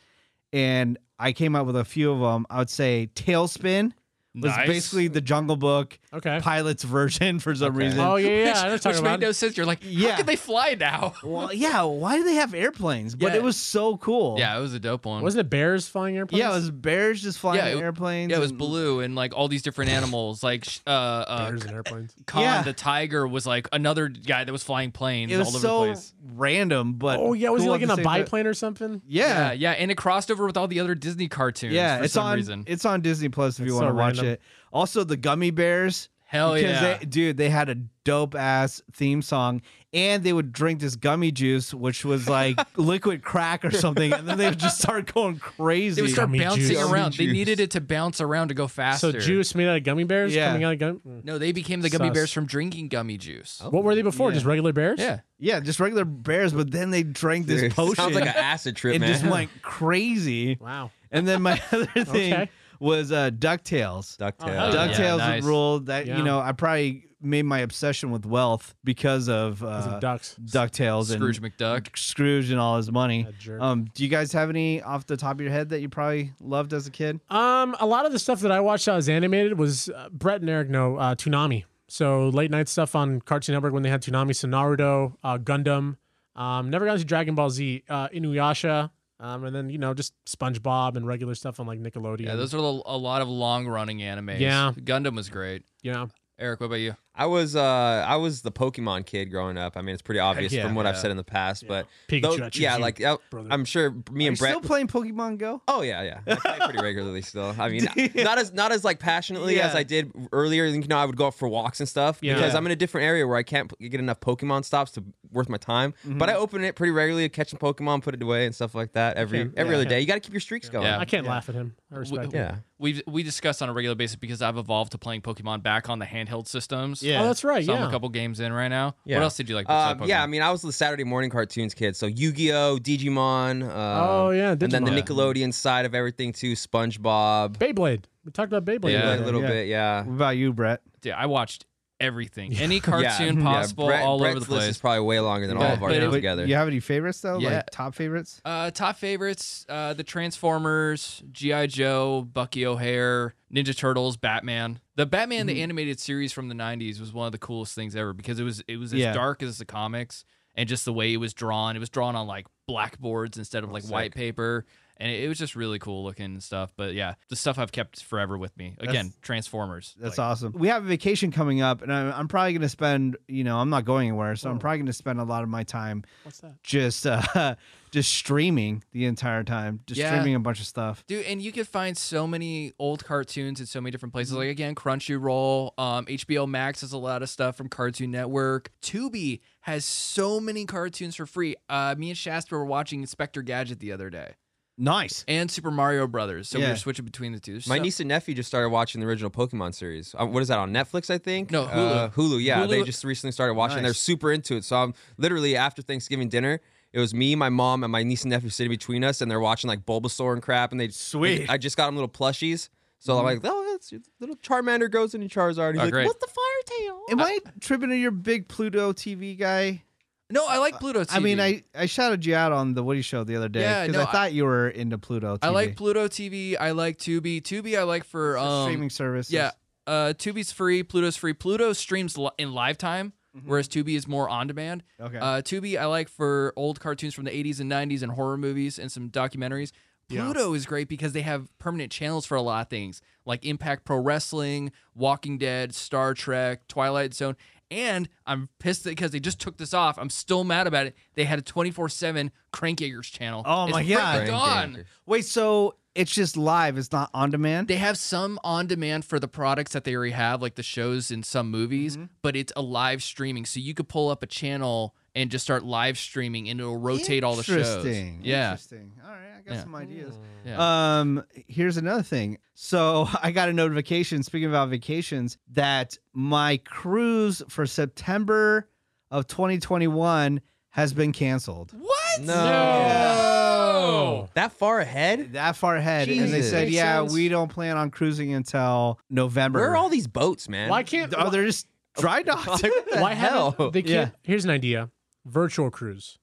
[SPEAKER 1] And I came up with a few of them. I would say Tailspin was
[SPEAKER 2] Nice.
[SPEAKER 1] basically the Jungle Book
[SPEAKER 3] okay.
[SPEAKER 1] pilot's version *laughs* for some reason.
[SPEAKER 3] Oh yeah, yeah. I know what
[SPEAKER 2] *laughs*
[SPEAKER 3] you're
[SPEAKER 2] which,
[SPEAKER 3] talking
[SPEAKER 2] which
[SPEAKER 3] about.
[SPEAKER 2] made no sense. You're like,
[SPEAKER 1] Yeah.
[SPEAKER 2] how can they fly now?
[SPEAKER 1] Well, yeah. Why do they have airplanes? But
[SPEAKER 2] Yeah.
[SPEAKER 1] it was so cool.
[SPEAKER 2] Yeah, it was a dope one.
[SPEAKER 3] Wasn't it bears flying airplanes?
[SPEAKER 1] Yeah, it was bears just flying
[SPEAKER 2] Yeah, it-
[SPEAKER 1] airplanes.
[SPEAKER 2] yeah, it was
[SPEAKER 1] and-
[SPEAKER 2] blue and like all these different animals. Like sh- uh, uh,
[SPEAKER 3] bears and
[SPEAKER 2] *laughs*
[SPEAKER 3] airplanes.
[SPEAKER 2] Khan
[SPEAKER 1] Yeah.
[SPEAKER 2] the tiger was like another guy that was flying planes
[SPEAKER 1] It
[SPEAKER 2] all
[SPEAKER 1] was
[SPEAKER 2] over the
[SPEAKER 1] so
[SPEAKER 2] place.
[SPEAKER 1] random, but
[SPEAKER 3] Oh yeah, was
[SPEAKER 1] cool
[SPEAKER 3] he
[SPEAKER 1] at
[SPEAKER 3] like in
[SPEAKER 1] the
[SPEAKER 3] a
[SPEAKER 1] same time.
[SPEAKER 3] biplane or something?
[SPEAKER 1] Yeah,
[SPEAKER 2] yeah, yeah, and it crossed over with all the other Disney cartoons.
[SPEAKER 1] yeah.
[SPEAKER 2] for
[SPEAKER 1] it's
[SPEAKER 2] some
[SPEAKER 1] on.
[SPEAKER 2] reason.
[SPEAKER 1] It's on Disney Plus if you
[SPEAKER 3] That's
[SPEAKER 1] want to
[SPEAKER 3] so
[SPEAKER 1] watch
[SPEAKER 3] random.
[SPEAKER 1] it. Also, the gummy bears.
[SPEAKER 2] Hell
[SPEAKER 1] because
[SPEAKER 2] Oh, yeah!
[SPEAKER 1] they, dude, they had a dope ass theme song, and they would drink this gummy juice, which was
[SPEAKER 2] *laughs*
[SPEAKER 1] like liquid crack or something, and then they would just start going crazy.
[SPEAKER 2] They would start
[SPEAKER 3] Gummy
[SPEAKER 2] bouncing
[SPEAKER 3] juice.
[SPEAKER 2] around. They
[SPEAKER 6] Gummy
[SPEAKER 2] needed
[SPEAKER 6] juice.
[SPEAKER 2] it to bounce around to go faster.
[SPEAKER 3] So juice made out of gummy bears
[SPEAKER 1] Yeah.
[SPEAKER 3] coming out of gum. mm.
[SPEAKER 2] No, they became the gummy
[SPEAKER 3] Sus.
[SPEAKER 2] bears from drinking gummy juice.
[SPEAKER 3] What were they before?
[SPEAKER 1] Yeah.
[SPEAKER 3] Just regular bears?
[SPEAKER 2] Oh, Yeah.
[SPEAKER 1] yeah, just regular bears, but then they drank this
[SPEAKER 6] Dude, *laughs*
[SPEAKER 1] potion.
[SPEAKER 6] Sounds like an acid trip,
[SPEAKER 1] and
[SPEAKER 6] man.
[SPEAKER 1] just went crazy.
[SPEAKER 3] Wow.
[SPEAKER 1] And then my *laughs* other thing
[SPEAKER 3] Okay.
[SPEAKER 1] was uh, Ducktales.
[SPEAKER 6] Ducktail.
[SPEAKER 3] oh, hell yeah.
[SPEAKER 1] Ducktales
[SPEAKER 2] Yeah, nice.
[SPEAKER 1] ruled that
[SPEAKER 3] Yeah.
[SPEAKER 1] you know I probably made my obsession with wealth because of, uh,
[SPEAKER 3] Those are ducks.
[SPEAKER 1] Ducktales
[SPEAKER 2] Scrooge
[SPEAKER 1] and
[SPEAKER 2] McDuck.
[SPEAKER 1] Scrooge and all his money.
[SPEAKER 3] That jerk.
[SPEAKER 1] Um, do you guys have any off the top of your head that you probably loved as a kid?
[SPEAKER 3] Um, a lot of the stuff that I watched that was animated was uh, Brett and Eric know uh, Toonami. So late night stuff on Cartoon Network when they had Toonami, so Naruto, uh, Gundam. Um, never got into Dragon Ball Z, uh, Inuyasha. Uh, Um, and then you know just SpongeBob and regular stuff on like Nickelodeon.
[SPEAKER 2] Yeah, those are a a lot of long running animes.
[SPEAKER 3] Yeah.
[SPEAKER 2] Gundam was great.
[SPEAKER 3] yeah.
[SPEAKER 2] Eric, what about you?
[SPEAKER 6] I was uh I was the Pokemon kid growing up. I mean, it's pretty obvious
[SPEAKER 3] yeah.
[SPEAKER 6] from what I've
[SPEAKER 2] Yeah.
[SPEAKER 6] said in the past, but
[SPEAKER 3] Pikachu,
[SPEAKER 6] though-
[SPEAKER 3] I choose
[SPEAKER 6] yeah,
[SPEAKER 3] you,
[SPEAKER 6] like I,
[SPEAKER 3] brother.
[SPEAKER 6] I'm sure me
[SPEAKER 1] You
[SPEAKER 6] and Brett.
[SPEAKER 1] still playing Pokemon Go?
[SPEAKER 6] oh yeah, yeah, I play pretty regularly still. I
[SPEAKER 3] *laughs*
[SPEAKER 6] mean, not as not as like passionately as
[SPEAKER 1] Yeah.
[SPEAKER 6] I did earlier. You know, I would go out for walks and stuff
[SPEAKER 3] Yeah.
[SPEAKER 6] because
[SPEAKER 3] Yeah.
[SPEAKER 6] I'm in a different area where I can't p- get enough Pokemon stops to worth my time. But
[SPEAKER 3] Mm-hmm.
[SPEAKER 6] I open it pretty regularly, catch some Pokemon, put it away and stuff like that every
[SPEAKER 3] Okay.
[SPEAKER 6] every
[SPEAKER 3] Yeah.
[SPEAKER 6] other day. You got to keep your streaks going.
[SPEAKER 2] Yeah.
[SPEAKER 3] I can't laugh at him. I respect him.
[SPEAKER 6] yeah.
[SPEAKER 2] We we discuss on a regular basis because I've evolved to playing Pokemon back on the handheld systems.
[SPEAKER 3] Yeah. Oh, that's right.
[SPEAKER 2] So
[SPEAKER 3] yeah.
[SPEAKER 2] I'm a couple games in right now.
[SPEAKER 6] Yeah.
[SPEAKER 2] What else did you like?
[SPEAKER 6] Um,
[SPEAKER 2] besides Pokemon?
[SPEAKER 6] yeah, I mean, I was the Saturday morning cartoons kid, so Yu-Gi-Oh, Digimon. Um,
[SPEAKER 3] Oh, yeah,
[SPEAKER 6] and then the
[SPEAKER 3] Digimon.
[SPEAKER 6] Nickelodeon side of everything too, SpongeBob.
[SPEAKER 3] Beyblade. We talked about Beyblade.
[SPEAKER 2] Yeah.
[SPEAKER 6] Yeah,
[SPEAKER 3] earlier.
[SPEAKER 6] a little
[SPEAKER 1] yeah.
[SPEAKER 6] bit, yeah.
[SPEAKER 1] What about you, Brett?
[SPEAKER 2] Dude, I watched
[SPEAKER 6] *laughs*
[SPEAKER 2] everything, any cartoon
[SPEAKER 3] Mm-hmm.
[SPEAKER 6] yeah.
[SPEAKER 2] possible,
[SPEAKER 6] yeah. Brett-
[SPEAKER 2] all
[SPEAKER 6] Brett's
[SPEAKER 2] over the
[SPEAKER 6] list is
[SPEAKER 2] place.
[SPEAKER 6] probably way longer than all
[SPEAKER 2] But-
[SPEAKER 6] of our
[SPEAKER 2] but it-
[SPEAKER 6] shows
[SPEAKER 2] Put
[SPEAKER 1] Wait,
[SPEAKER 6] together.
[SPEAKER 1] You have any favorites though?
[SPEAKER 2] Yeah.
[SPEAKER 1] Like top favorites?
[SPEAKER 2] Uh, top favorites: uh, the Transformers, GI Joe, Bucky O'Hare, Ninja Turtles, Batman. The Batman,
[SPEAKER 1] Mm-hmm.
[SPEAKER 2] the animated series from the '90s, was one of the coolest things ever because it was it was as
[SPEAKER 1] Yeah.
[SPEAKER 2] dark as the comics, and just the way it was drawn. It was drawn on like blackboards instead of like white paper, and it, it was just really cool looking and stuff. But yeah, the stuff I've kept forever with me. Again, Transformers.
[SPEAKER 1] That's
[SPEAKER 2] Like,
[SPEAKER 1] awesome. We have a vacation coming up, and I'm, I'm probably going to spend, you know, I'm not going anywhere,
[SPEAKER 2] Oh.
[SPEAKER 1] so I'm probably going to spend a lot of my time
[SPEAKER 3] What's that?
[SPEAKER 1] just, uh, *laughs* just streaming the entire time, just
[SPEAKER 2] Yeah.
[SPEAKER 1] streaming a bunch of stuff.
[SPEAKER 2] Dude, and you could find so many old cartoons in so many different
[SPEAKER 1] Mm-hmm.
[SPEAKER 2] places. Like again, Crunchyroll, um, HBO Max has a lot of stuff from Cartoon Network. Tubi has so many cartoons for free. Uh, me and Shasta were watching Inspector Gadget the other day,
[SPEAKER 1] Nice.
[SPEAKER 2] and Super Mario Brothers. So we
[SPEAKER 1] Yeah.
[SPEAKER 2] were switching between the two. There's
[SPEAKER 6] My
[SPEAKER 2] so-
[SPEAKER 6] niece and nephew just started watching the original Pokemon series. Uh, what is that on Netflix? I think.
[SPEAKER 2] No,
[SPEAKER 6] Uh, Hulu. Yeah,
[SPEAKER 2] Hulu-
[SPEAKER 6] they just recently started watching. They're
[SPEAKER 1] Nice.
[SPEAKER 6] super into it. So I'm literally after Thanksgiving dinner. It was me, my mom, and my niece and nephew sitting between us, and they're watching like Bulbasaur and crap. And they
[SPEAKER 1] Sweet.
[SPEAKER 6] I just got them little plushies, so I'm like, oh, that's little Charmander goes into Charizard. He's
[SPEAKER 2] Oh,
[SPEAKER 6] like,
[SPEAKER 2] great.
[SPEAKER 6] what's the fire tail?
[SPEAKER 1] Am
[SPEAKER 2] Uh,
[SPEAKER 1] I tripping to your big Pluto TV guy?
[SPEAKER 2] No, I like Pluto. TV.
[SPEAKER 1] Uh, I mean, I, I shouted you out on the Woody Show the other day
[SPEAKER 2] Yeah,
[SPEAKER 1] because
[SPEAKER 2] no,
[SPEAKER 1] I
[SPEAKER 2] I-
[SPEAKER 1] thought you were into Pluto TV.
[SPEAKER 2] I like Pluto TV. I like Tubi. Tubi, I like for
[SPEAKER 1] It's a
[SPEAKER 2] um,
[SPEAKER 1] streaming service.
[SPEAKER 2] Yeah. Uh, Tubi's free. Pluto's free. Pluto streams li- in live time,
[SPEAKER 1] Mm-hmm.
[SPEAKER 2] whereas Tubi is more on demand.
[SPEAKER 1] Okay.
[SPEAKER 2] Uh, Tubi I like for old cartoons from the 80s and 90s and horror movies and some documentaries. Pluto is great because they have permanent channels for a lot of things like Impact Pro Wrestling, Walking Dead, Star Trek, Twilight Zone. And I'm pissed because they just took this off. I'm still mad about it. They had a 24 7 Crank Eggers channel.
[SPEAKER 1] Oh
[SPEAKER 2] It's
[SPEAKER 1] my God.
[SPEAKER 2] freaking gone.
[SPEAKER 1] Wait, so it's just live? It's not on demand?
[SPEAKER 2] They have some on demand for the products that they already have, like the shows in some movies,
[SPEAKER 1] Mm-hmm.
[SPEAKER 2] but it's a live streaming. So you could pull up a channel and just start live streaming and it'll rotate all the shows.
[SPEAKER 1] Interesting.
[SPEAKER 2] Yeah.
[SPEAKER 1] Interesting. All right, I got
[SPEAKER 2] Yeah.
[SPEAKER 1] some ideas.
[SPEAKER 2] Yeah.
[SPEAKER 1] Um, here's another thing. So *laughs* I got a notification. Speaking about vacations, that my cruise for September of 2021 has been canceled.
[SPEAKER 2] What?
[SPEAKER 6] No.
[SPEAKER 3] No.
[SPEAKER 6] That far ahead?
[SPEAKER 1] That far ahead, and they
[SPEAKER 6] Jesus.
[SPEAKER 1] said,
[SPEAKER 3] Makes
[SPEAKER 1] "Yeah,
[SPEAKER 3] sense.
[SPEAKER 1] we don't plan on cruising until November."
[SPEAKER 6] Where are all these boats, man?
[SPEAKER 3] Why can't?
[SPEAKER 1] Oh, they're just dry
[SPEAKER 6] Like,
[SPEAKER 1] docked.
[SPEAKER 6] what the
[SPEAKER 1] *laughs*
[SPEAKER 3] why
[SPEAKER 6] hell?
[SPEAKER 3] haven't they?
[SPEAKER 1] Yeah.
[SPEAKER 3] Can't, Here's an idea: virtual cruise.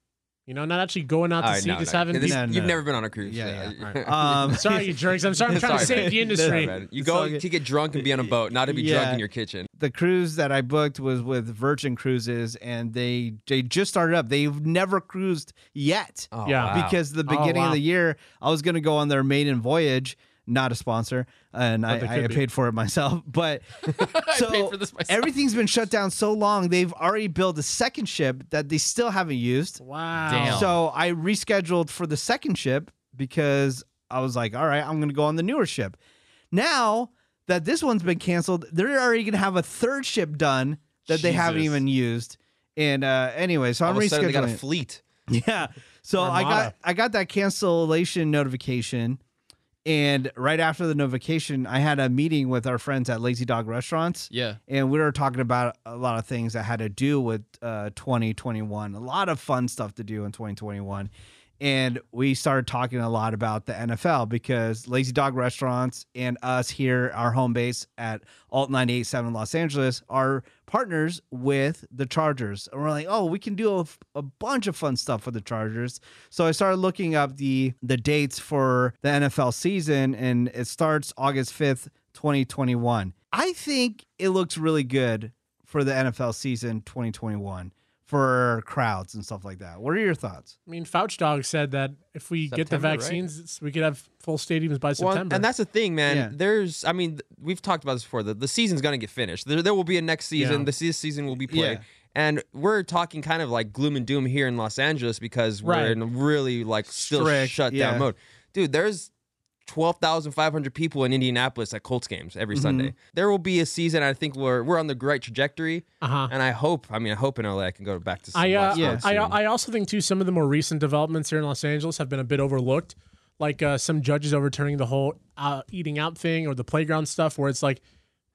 [SPEAKER 3] You know, not actually going out to
[SPEAKER 6] All right,
[SPEAKER 3] sea,
[SPEAKER 6] no,
[SPEAKER 3] just
[SPEAKER 6] no.
[SPEAKER 3] having.
[SPEAKER 6] This- *laughs*
[SPEAKER 3] people-
[SPEAKER 1] No,
[SPEAKER 6] You've
[SPEAKER 1] no.
[SPEAKER 6] never been on a cruise.
[SPEAKER 1] Yeah,
[SPEAKER 6] yeah. *laughs*
[SPEAKER 1] um,
[SPEAKER 3] *laughs* Sorry, you jerks. I'm sorry. I'm trying to
[SPEAKER 6] Sorry,
[SPEAKER 3] save
[SPEAKER 6] *laughs* man.
[SPEAKER 3] the
[SPEAKER 6] Sorry,
[SPEAKER 3] industry.
[SPEAKER 6] man. You
[SPEAKER 1] It's all
[SPEAKER 6] go
[SPEAKER 1] good.
[SPEAKER 6] to get drunk and be on a boat, not to be drunk
[SPEAKER 1] Yeah.
[SPEAKER 6] in your kitchen.
[SPEAKER 1] *laughs* the cruise that I booked was with Virgin Cruises, and they they just started up. They've never cruised yet.
[SPEAKER 6] Oh,
[SPEAKER 3] Yeah.
[SPEAKER 6] wow.
[SPEAKER 1] because the
[SPEAKER 3] Oh,
[SPEAKER 1] beginning of
[SPEAKER 3] wow.
[SPEAKER 1] the year I was going to go on their maiden voyage, not a sponsor, and
[SPEAKER 3] they
[SPEAKER 1] I,
[SPEAKER 3] could
[SPEAKER 1] I
[SPEAKER 3] be.
[SPEAKER 1] paid for it myself. *laughs* But so
[SPEAKER 2] paid for this myself.
[SPEAKER 1] everything's been shut down so long, they've already built a second ship that they still haven't used.
[SPEAKER 3] Wow.
[SPEAKER 2] Damn.
[SPEAKER 1] So I rescheduled for the second ship because I was like, all right, I'm going to go on the newer ship. Now that this one's been canceled, they're already going to have a third ship done that they haven't
[SPEAKER 2] Jesus.
[SPEAKER 1] even used. And uh, anyway, so
[SPEAKER 6] all
[SPEAKER 1] I'm
[SPEAKER 6] of a sudden they got a
[SPEAKER 1] rescheduling. it.
[SPEAKER 6] fleet.
[SPEAKER 1] Yeah. So I got
[SPEAKER 3] Armada.
[SPEAKER 1] I got that cancellation notification, and right after the notification, I had a meeting with our friends at Lazy Dog Restaurants,
[SPEAKER 2] Yeah.
[SPEAKER 1] and we were talking about a lot of things that had to do with uh, 2021. A lot of fun stuff to do in 2021. And we started talking a lot about the NFL because Lazy Dog Restaurants and us here, our home base at Alt 987 Los Angeles, are partners with the Chargers. And we're like, oh, we can do a, a bunch of fun stuff with the Chargers. So I started looking up the the dates for the NFL season, and it starts August 5th, 2021. I think it looks really good for the NFL season 2021 for crowds and stuff like that. What are your thoughts?
[SPEAKER 3] I mean, Fauch Dog said that if we get the
[SPEAKER 6] September, right?
[SPEAKER 3] vaccines, it's- we could have full stadiums by
[SPEAKER 6] Well,
[SPEAKER 3] September.
[SPEAKER 6] and that's the thing, man.
[SPEAKER 1] Yeah.
[SPEAKER 6] There's, I mean, th- we've talked about this before. The, the season's going to get finished. There, there will be a next season.
[SPEAKER 3] Yeah.
[SPEAKER 6] The se- season will be played.
[SPEAKER 1] Yeah.
[SPEAKER 6] And we're talking kind of like gloom and doom here in Los Angeles because we're
[SPEAKER 3] Right.
[SPEAKER 6] in really like still
[SPEAKER 1] Strict,
[SPEAKER 6] shut
[SPEAKER 1] yeah.
[SPEAKER 6] down mode. Dude, there's 12,500 people in Indianapolis at Colts games every
[SPEAKER 3] Mm-hmm.
[SPEAKER 6] Sunday. There will be a season. I think we're we're on the right trajectory.
[SPEAKER 3] Uh-huh.
[SPEAKER 6] And I hope, I mean, I hope in LA I can go back to
[SPEAKER 3] I, uh,
[SPEAKER 6] watch
[SPEAKER 1] Yeah.
[SPEAKER 6] Colts
[SPEAKER 3] I,
[SPEAKER 6] soon.
[SPEAKER 3] I also think too some of the more recent developments here in Los Angeles have been a bit overlooked, like uh, some judges overturning the whole uh, eating out thing or the playground stuff, where it's like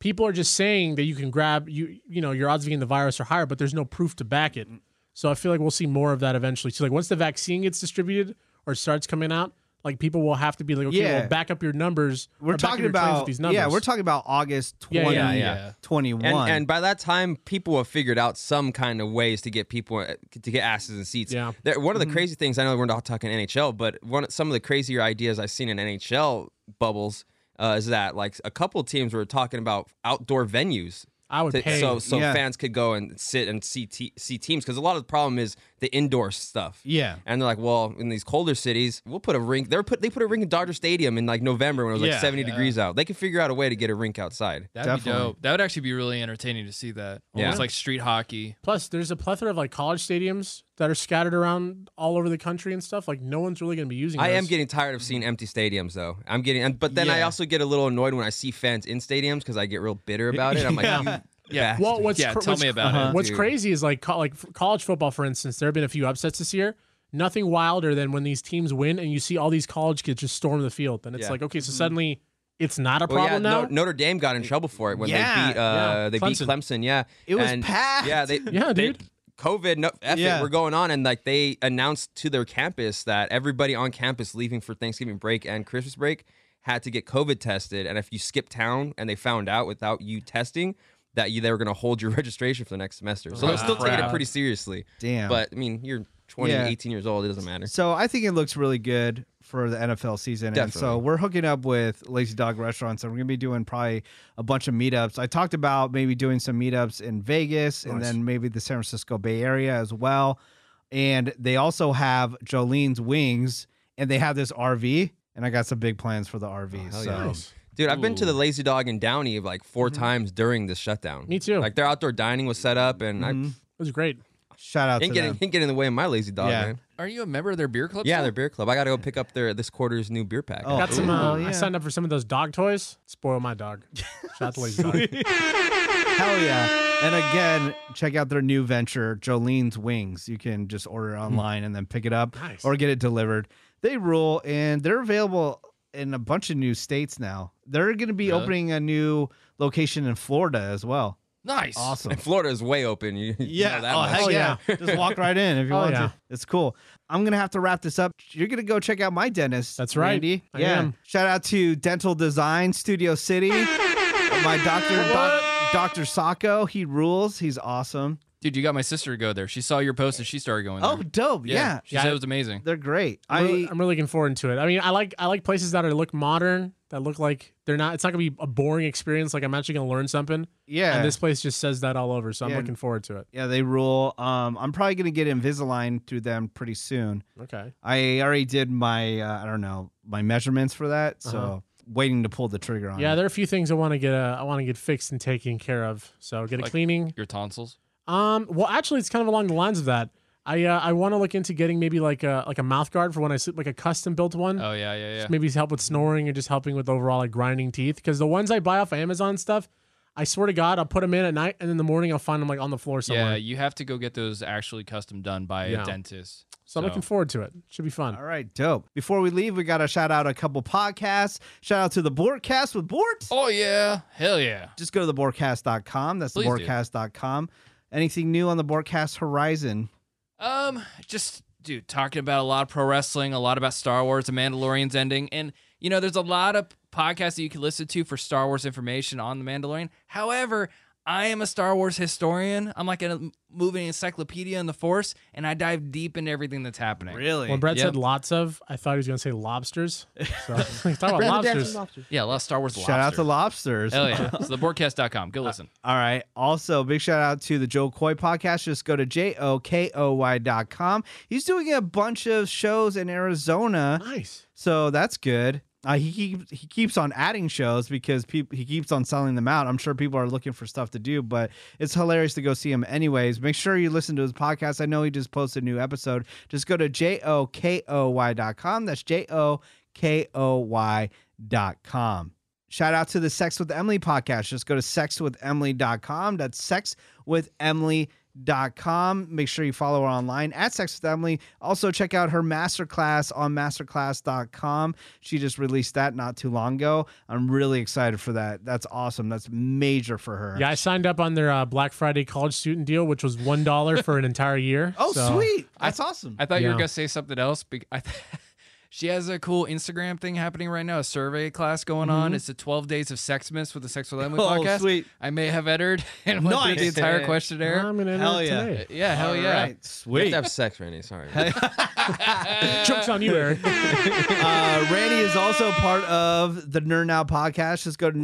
[SPEAKER 3] people are just saying that you can grab you you know your odds of getting the virus are higher, but there's no proof to back it. So I feel like we'll see more of that eventually. So like once the vaccine gets distributed or starts coming out, like people will have to be like, okay,
[SPEAKER 1] Yeah.
[SPEAKER 3] well back up your numbers. or
[SPEAKER 1] We're
[SPEAKER 3] back up
[SPEAKER 1] talking
[SPEAKER 3] your claims with
[SPEAKER 1] about
[SPEAKER 3] these numbers.
[SPEAKER 1] yeah, we're talking about August
[SPEAKER 3] Yeah, yeah,
[SPEAKER 1] twenty twenty one.
[SPEAKER 3] yeah.
[SPEAKER 6] and, and by that time, people have figured out some kind of ways to get people uh, to get asses in seats.
[SPEAKER 3] Yeah.
[SPEAKER 6] There, one of
[SPEAKER 1] Mm-hmm.
[SPEAKER 6] the crazy things I know we're not talking NHL, but one some of the crazier ideas I've seen in NHL bubbles uh, is that like a couple teams were talking about outdoor venues.
[SPEAKER 3] I would
[SPEAKER 6] to-
[SPEAKER 3] pay.
[SPEAKER 6] so so
[SPEAKER 1] Yeah.
[SPEAKER 6] fans could go and sit and see te- see teams because a lot of the problem is the indoor stuff.
[SPEAKER 1] Yeah.
[SPEAKER 6] and they're like, well, in these colder cities, we'll put a rink. They put they put a rink in Dodger Stadium in like November when it was like
[SPEAKER 1] Yeah.
[SPEAKER 6] seventy degrees out. They could figure out a way to get a rink outside.
[SPEAKER 2] That'd
[SPEAKER 1] Definitely.
[SPEAKER 2] be dope. That would actually be really entertaining to see that.
[SPEAKER 6] Yeah.
[SPEAKER 2] Almost like street hockey.
[SPEAKER 3] Plus, there's a plethora of like college stadiums that are scattered around all over the country and stuff. Like, no one's really going to be using.
[SPEAKER 6] I am
[SPEAKER 3] those.
[SPEAKER 6] getting tired of seeing empty stadiums, though. I'm getting, and- but then I
[SPEAKER 3] Yeah.
[SPEAKER 6] also get a little annoyed when I see fans in stadiums because I get real
[SPEAKER 3] *laughs*
[SPEAKER 6] bitter about it. I'm like,
[SPEAKER 3] Yeah.
[SPEAKER 6] you yeah,
[SPEAKER 3] Well, what's
[SPEAKER 2] Yeah,
[SPEAKER 3] cra-
[SPEAKER 2] tell
[SPEAKER 3] what's,
[SPEAKER 2] me about it.
[SPEAKER 3] What's
[SPEAKER 6] Dude.
[SPEAKER 3] crazy is like co- like f- college football, for instance. There have been a few upsets this year. Nothing wilder than when these teams win and you see all these college kids just storm the field. And it's
[SPEAKER 6] Yeah. Mm-hmm.
[SPEAKER 3] like, okay, so suddenly it's not a
[SPEAKER 6] Well, yeah,
[SPEAKER 3] problem
[SPEAKER 6] No-
[SPEAKER 3] now.
[SPEAKER 6] Notre Dame got in trouble for it when
[SPEAKER 1] Yeah,
[SPEAKER 6] they beat uh,
[SPEAKER 3] yeah.
[SPEAKER 6] they
[SPEAKER 3] Clemson.
[SPEAKER 6] beat Clemson. Yeah,
[SPEAKER 1] It was
[SPEAKER 6] And-
[SPEAKER 1] packed.
[SPEAKER 6] Yeah, they,
[SPEAKER 3] Yeah,
[SPEAKER 6] they-
[SPEAKER 3] dude.
[SPEAKER 6] COVID, no, F
[SPEAKER 1] Yeah.
[SPEAKER 6] it, we're going on, and like they announced to their campus that everybody on campus leaving for Thanksgiving break and Christmas break had to get COVID tested, and if you skip town and they found out without you testing. That you they were going to hold your *laughs* registration for the next semester, so they're still taking it
[SPEAKER 3] Wow.
[SPEAKER 6] pretty seriously.
[SPEAKER 1] Damn.
[SPEAKER 6] But I mean, you're 20,
[SPEAKER 1] Yeah.
[SPEAKER 6] 18 years old. It doesn't matter.
[SPEAKER 1] So I think it looks really good for the NFL season. And so
[SPEAKER 6] Definitely.
[SPEAKER 1] we're hooking up with Lazy Dog Restaurants and we're going to be doing probably a bunch of meetups. I talked about maybe doing some meetups in Vegas and then maybe the San Francisco Bay Area as well. And they also have Jolene's Wings and they have this RV. And I got some big plans for the
[SPEAKER 6] Oh,
[SPEAKER 1] RV. so
[SPEAKER 6] Dude, I've been to the Lazy Dog in Downey like 4
[SPEAKER 1] Mm-hmm.
[SPEAKER 6] times during this shutdown.
[SPEAKER 3] Me too.
[SPEAKER 6] Like their outdoor dining was set up, and
[SPEAKER 3] It was great.
[SPEAKER 1] shout out
[SPEAKER 6] I ain't
[SPEAKER 1] Mm-hmm. to
[SPEAKER 6] getting *laughs*
[SPEAKER 1] them.
[SPEAKER 6] ain't getting in the way of my Lazy Dog,
[SPEAKER 1] Yeah.
[SPEAKER 6] man.
[SPEAKER 2] Are you a member of their beer club?
[SPEAKER 6] Yeah,
[SPEAKER 2] still?
[SPEAKER 6] their beer club. I got to go pick up their this quarter's new beer pack. *laughs*
[SPEAKER 1] Oh.
[SPEAKER 3] Got some.
[SPEAKER 1] Ooh,
[SPEAKER 3] Uh,
[SPEAKER 1] yeah.
[SPEAKER 3] I signed up for some of those dog toys. Spoil my dog. Shout out to
[SPEAKER 6] *laughs*
[SPEAKER 3] Lazy Dog.
[SPEAKER 1] Hell yeah. And again, check out their new venture, Jolene's Wings. You can just order it online and then pick it up
[SPEAKER 3] Nice.
[SPEAKER 1] or get it delivered. They rule and they're available in a bunch of new states now. They're going to be opening a new location in Florida as well.
[SPEAKER 2] Nice.
[SPEAKER 1] Awesome.
[SPEAKER 6] And Florida is way open. You, you know that
[SPEAKER 1] oh,
[SPEAKER 6] much.
[SPEAKER 1] heck yeah. Just walk right in if you
[SPEAKER 3] *laughs* Oh,
[SPEAKER 1] want
[SPEAKER 3] yeah.
[SPEAKER 1] to. It's cool. I'm going to have to wrap this up. You're going to go check out my dentist.
[SPEAKER 3] That's right.
[SPEAKER 1] Randy.
[SPEAKER 3] I
[SPEAKER 1] yeah.
[SPEAKER 3] am.
[SPEAKER 1] Shout out to Dental Design Studio City. My doctor, doc, Dr. Sacco, he rules. He's awesome.
[SPEAKER 2] Dude, you got my sister to go there. She saw your post and she started going
[SPEAKER 1] Oh,
[SPEAKER 2] there.
[SPEAKER 1] dope. Yeah.
[SPEAKER 2] She
[SPEAKER 3] Yeah,
[SPEAKER 2] said
[SPEAKER 3] I-
[SPEAKER 2] it was amazing.
[SPEAKER 1] They're great.
[SPEAKER 3] I'm really,
[SPEAKER 1] I
[SPEAKER 3] I'm really looking forward to it. I mean, I like I like places that are look modern, that look like they're not. It's not gonna be a boring experience. Like I'm actually gonna learn something.
[SPEAKER 1] yeah.
[SPEAKER 3] And this place just says that all over. So I'm
[SPEAKER 1] Yeah.
[SPEAKER 3] looking forward to it.
[SPEAKER 1] yeah, they rule. Um I'm probably going to get Invisalign through them pretty soon.
[SPEAKER 3] Okay.
[SPEAKER 1] I already did my uh, I don't know, my measurements for that, so waiting to pull the trigger on.
[SPEAKER 3] Uh-huh. Yeah,
[SPEAKER 1] it.
[SPEAKER 3] there are a few things I want to get. Uh, I want to get fixed and taken care of. So get a
[SPEAKER 2] Like-
[SPEAKER 3] cleaning.
[SPEAKER 2] Your tonsils.
[SPEAKER 3] Um. Well, actually, it's kind of along the lines of that. I uh, I want to look into getting maybe like a like a mouth guard for when I sleep, like a custom built one.
[SPEAKER 2] Oh yeah, yeah, yeah.
[SPEAKER 3] *laughs* Maybe help with snoring or just helping with overall like grinding teeth. Because the ones I buy off of Amazon stuff, I swear to God, I'll put them in at night and in the morning I'll find them like on the floor
[SPEAKER 2] Yeah,
[SPEAKER 3] somewhere.
[SPEAKER 2] you have to go get those actually custom done by
[SPEAKER 3] Yeah.
[SPEAKER 2] a dentist.
[SPEAKER 3] so I'm looking forward to it. Should be fun.
[SPEAKER 1] All right, dope. Before we leave, we got to shout out a couple podcasts. Shout out to the Bortcast with Bort.
[SPEAKER 2] Oh yeah, hell yeah.
[SPEAKER 1] Just go to the Bortcast.com. That's the
[SPEAKER 2] Please do.
[SPEAKER 1] Bortcast.com. Anything new on the Bortcast horizon?
[SPEAKER 2] Um, just dude, talking about a lot of pro wrestling, a lot about Star Wars, The Mandalorian's ending, and you know, there's a lot of podcasts that you can listen to for Star Wars information on The Mandalorian. However, I am a Star Wars historian. I'm like a moving encyclopedia in the Force, and I dive deep into everything that's happening.
[SPEAKER 1] Really?
[SPEAKER 3] When Brett
[SPEAKER 2] Yep.
[SPEAKER 3] said lots of, I thought he was going to say lobsters.
[SPEAKER 1] *laughs*
[SPEAKER 3] So *laughs* talk about lobsters.
[SPEAKER 2] Yeah, a lot of Star Wars.
[SPEAKER 1] Shout out to
[SPEAKER 2] lobster.
[SPEAKER 1] lobsters.
[SPEAKER 2] Hell yeah! So theboardcast.com. Go listen.
[SPEAKER 1] All right. Also, big shout out to the Joe Coy podcast. Just go to J O K O Y dot com. He's doing a bunch of shows in Arizona.
[SPEAKER 3] Nice.
[SPEAKER 1] So that's good. Uh, he keeps he keeps on adding shows because peop he keeps on selling them out. I'm sure people are looking for stuff to do, but it's hilarious to go see him. Anyways, make sure you listen to his podcast. I know he just posted a new episode. Just go to j o k o y dot com. That's j o k o y dot com. Shout out to the Sex with Emily podcast. Just go to sexwithemily.com. That's sex with Emily com. Make sure you follow her online at Sex with Emily. Also, check out her masterclass on masterclass.com. She just released that not too long ago. I'm really excited for that. That's awesome. That's major for her.
[SPEAKER 3] Yeah, I signed up on their uh, Black Friday college student deal, which was one dollar for an entire year.
[SPEAKER 1] *laughs* Oh,
[SPEAKER 3] So,
[SPEAKER 1] sweet. That's awesome.
[SPEAKER 2] I thought you were
[SPEAKER 3] Yeah.
[SPEAKER 2] gonna say something else. Be- I th- *laughs* she has a cool Instagram thing happening right now, a survey class going on.
[SPEAKER 3] Mm-hmm.
[SPEAKER 2] It's the 12 days of Sexmas with the Sex
[SPEAKER 3] *laughs*
[SPEAKER 2] with Emily
[SPEAKER 1] Oh,
[SPEAKER 2] podcast.
[SPEAKER 1] sweet.
[SPEAKER 2] I may have entered *laughs* and went through the
[SPEAKER 1] Nice.
[SPEAKER 2] entire questionnaire.
[SPEAKER 3] I'm gonna
[SPEAKER 1] Hell
[SPEAKER 3] enter it
[SPEAKER 1] yeah.
[SPEAKER 3] today.
[SPEAKER 2] yeah, hell
[SPEAKER 1] All
[SPEAKER 2] oh, yeah.
[SPEAKER 1] right. Sweet.
[SPEAKER 6] have to have sex, Randy. Sorry.
[SPEAKER 3] Jokes on
[SPEAKER 1] *laughs*
[SPEAKER 3] you, Eric.
[SPEAKER 1] Uh, Randy is also part of the Nerd Now podcast. Just go to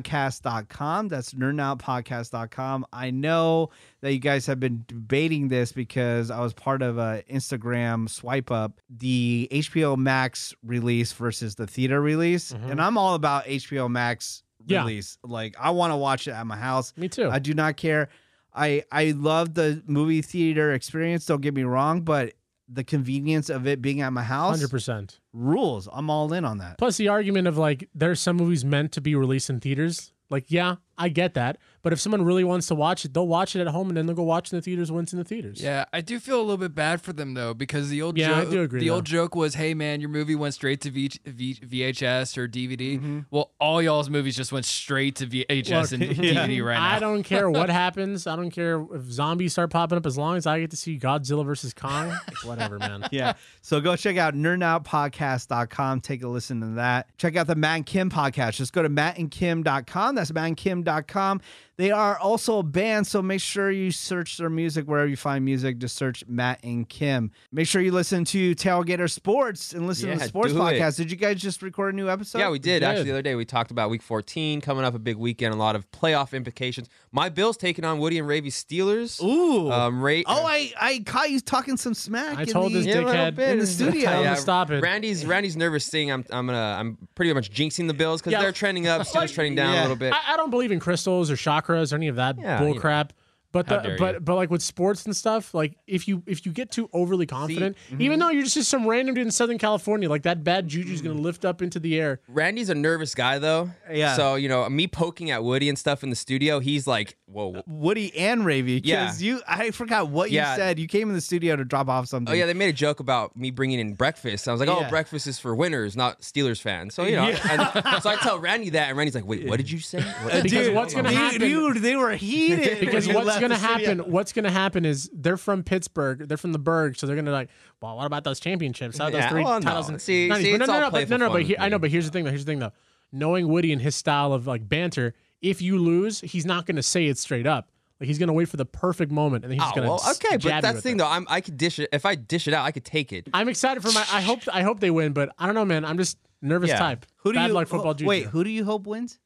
[SPEAKER 1] nerdnowpodcast.com. That's nerdnowpodcast.com. I know that you guys have been debating this because I was part of a Instagram swipe up, the HBO Max release versus the theater release. And I'm all about HBO Max
[SPEAKER 3] Mm-hmm. Yeah.
[SPEAKER 1] release. Like, I want to watch it at my house.
[SPEAKER 3] Me too.
[SPEAKER 1] I do not care. I I love the movie theater experience. Don't get me wrong, but the convenience of it being at my house
[SPEAKER 3] Hundred percent.
[SPEAKER 1] rules. I'm all in on that.
[SPEAKER 3] Plus the argument of like there's some movies meant to be released in theaters. Like, yeah, I get that. But if someone really wants to watch it, they'll watch it at home and then they'll go watch it in the theaters when it's in the theaters.
[SPEAKER 2] Yeah, I do feel a little bit bad for them though because the old
[SPEAKER 3] Yeah, I
[SPEAKER 2] joke,
[SPEAKER 3] do agree,
[SPEAKER 2] the old
[SPEAKER 3] though.
[SPEAKER 2] joke was, "Hey man, your movie went straight to v- v- VHS or DVD."
[SPEAKER 3] Mm-hmm.
[SPEAKER 2] Well, all y'all's movies just went straight to VHS and
[SPEAKER 3] *laughs*
[SPEAKER 2] DVD right now.
[SPEAKER 3] I don't care what happens. I don't care if zombies start popping up as long as I get to see Godzilla versus Kong. Whatever, man.
[SPEAKER 1] Yeah. *laughs* So go check out nerdnoutpodcast.com. Take a listen to that. Check out the Matt and Kim podcast. Just go to mattandkim.com. That's mattandkim.com. They are also a band, so make sure you search their music wherever you find music. Just search Matt and Kim. Make sure you listen to Tailgater Sports and listen to the
[SPEAKER 6] Yeah,
[SPEAKER 1] sports
[SPEAKER 6] do it.
[SPEAKER 1] podcast. Did you guys just record a new episode?
[SPEAKER 6] *laughs*
[SPEAKER 1] *laughs*
[SPEAKER 6] Yeah, we did, actually
[SPEAKER 3] did.
[SPEAKER 6] the other day. We talked about week 14 coming up, a big weekend, a lot of playoff implications. My Bills taking on Woody and Ravy's Steelers.
[SPEAKER 1] Ooh.
[SPEAKER 6] Um, Ray,
[SPEAKER 1] oh, I, I caught you talking some smack.
[SPEAKER 3] I
[SPEAKER 1] in
[SPEAKER 3] told
[SPEAKER 1] the-
[SPEAKER 3] this
[SPEAKER 6] Yeah, a little
[SPEAKER 3] dickhead
[SPEAKER 6] bit.
[SPEAKER 1] in the studio.
[SPEAKER 3] Tell him
[SPEAKER 6] Yeah,
[SPEAKER 3] to stop it.
[SPEAKER 6] Randy's Randy's nervous seeing I'm I'm gonna I'm pretty much jinxing the Bills because
[SPEAKER 3] Yeah.
[SPEAKER 6] they're trending up, Steelers
[SPEAKER 1] *laughs*
[SPEAKER 6] trending down
[SPEAKER 1] Yeah.
[SPEAKER 6] a little bit.
[SPEAKER 3] I, I don't believe in crystals or chakras or any of that
[SPEAKER 6] Yeah,
[SPEAKER 3] bull
[SPEAKER 6] you know.
[SPEAKER 3] crap. But
[SPEAKER 6] How
[SPEAKER 3] the,
[SPEAKER 6] dare
[SPEAKER 3] but
[SPEAKER 6] you.
[SPEAKER 3] but like with sports and stuff, like if you if you get too overly confident,
[SPEAKER 6] mm-hmm.
[SPEAKER 3] even though you're just some random dude in Southern California, like that bad juju's
[SPEAKER 6] Mm.
[SPEAKER 3] gonna lift up into the air.
[SPEAKER 6] Randy's a nervous guy though.
[SPEAKER 1] Yeah.
[SPEAKER 6] So you know me poking at Woody and stuff in the studio, he's like, whoa.
[SPEAKER 1] Woody and Ravy,
[SPEAKER 6] Yeah.
[SPEAKER 1] because you, I forgot what you
[SPEAKER 6] Yeah.
[SPEAKER 1] said. You came in the studio to drop off something.
[SPEAKER 6] Oh yeah, they made a joke about me bringing in breakfast. I was like, "Oh,
[SPEAKER 1] Yeah.
[SPEAKER 6] breakfast is for winners, not Steelers fans." So you know, and, so I tell Randy that, and Randy's like, "Wait, what did you say?" What-
[SPEAKER 3] Because what's gonna
[SPEAKER 1] dude,
[SPEAKER 3] happen?
[SPEAKER 1] Dude, they were
[SPEAKER 3] *laughs*
[SPEAKER 1] heated.
[SPEAKER 3] because
[SPEAKER 1] when you
[SPEAKER 3] what's
[SPEAKER 1] left
[SPEAKER 3] gonna
[SPEAKER 1] the studio.
[SPEAKER 3] happen? What's gonna happen is they're from Pittsburgh. They're from the Berg, so they're gonna like, well, what about those championships? How about
[SPEAKER 6] Yeah,
[SPEAKER 3] those three
[SPEAKER 6] well, no.
[SPEAKER 3] titles? in
[SPEAKER 6] See-
[SPEAKER 3] 90s?"
[SPEAKER 6] see, it's
[SPEAKER 3] But
[SPEAKER 6] all
[SPEAKER 3] no, no, no, but no,
[SPEAKER 6] playful
[SPEAKER 3] no,
[SPEAKER 6] fun
[SPEAKER 3] but
[SPEAKER 6] with
[SPEAKER 3] he, I
[SPEAKER 6] me.
[SPEAKER 3] know. But here's the thing, though. Here's the thing, though. Knowing Woody and his style of like banter, if you lose, he's not gonna say it straight up. Like he's gonna wait for the perfect moment, and then he's
[SPEAKER 6] Oh,
[SPEAKER 3] just gonna
[SPEAKER 6] well,
[SPEAKER 3] s-
[SPEAKER 6] okay,
[SPEAKER 3] jab you
[SPEAKER 6] but that's the
[SPEAKER 3] with
[SPEAKER 6] thing
[SPEAKER 3] it.
[SPEAKER 6] though. I'm I could dish it if I dish it out, I could take it.
[SPEAKER 3] I'm excited for my. I hope I hope they win, but I don't know, man. I'm just nervous
[SPEAKER 6] Yeah.
[SPEAKER 3] type.
[SPEAKER 1] Who do
[SPEAKER 3] Bad
[SPEAKER 1] you
[SPEAKER 3] luck football? Juju.
[SPEAKER 1] wait? Who do you hope wins?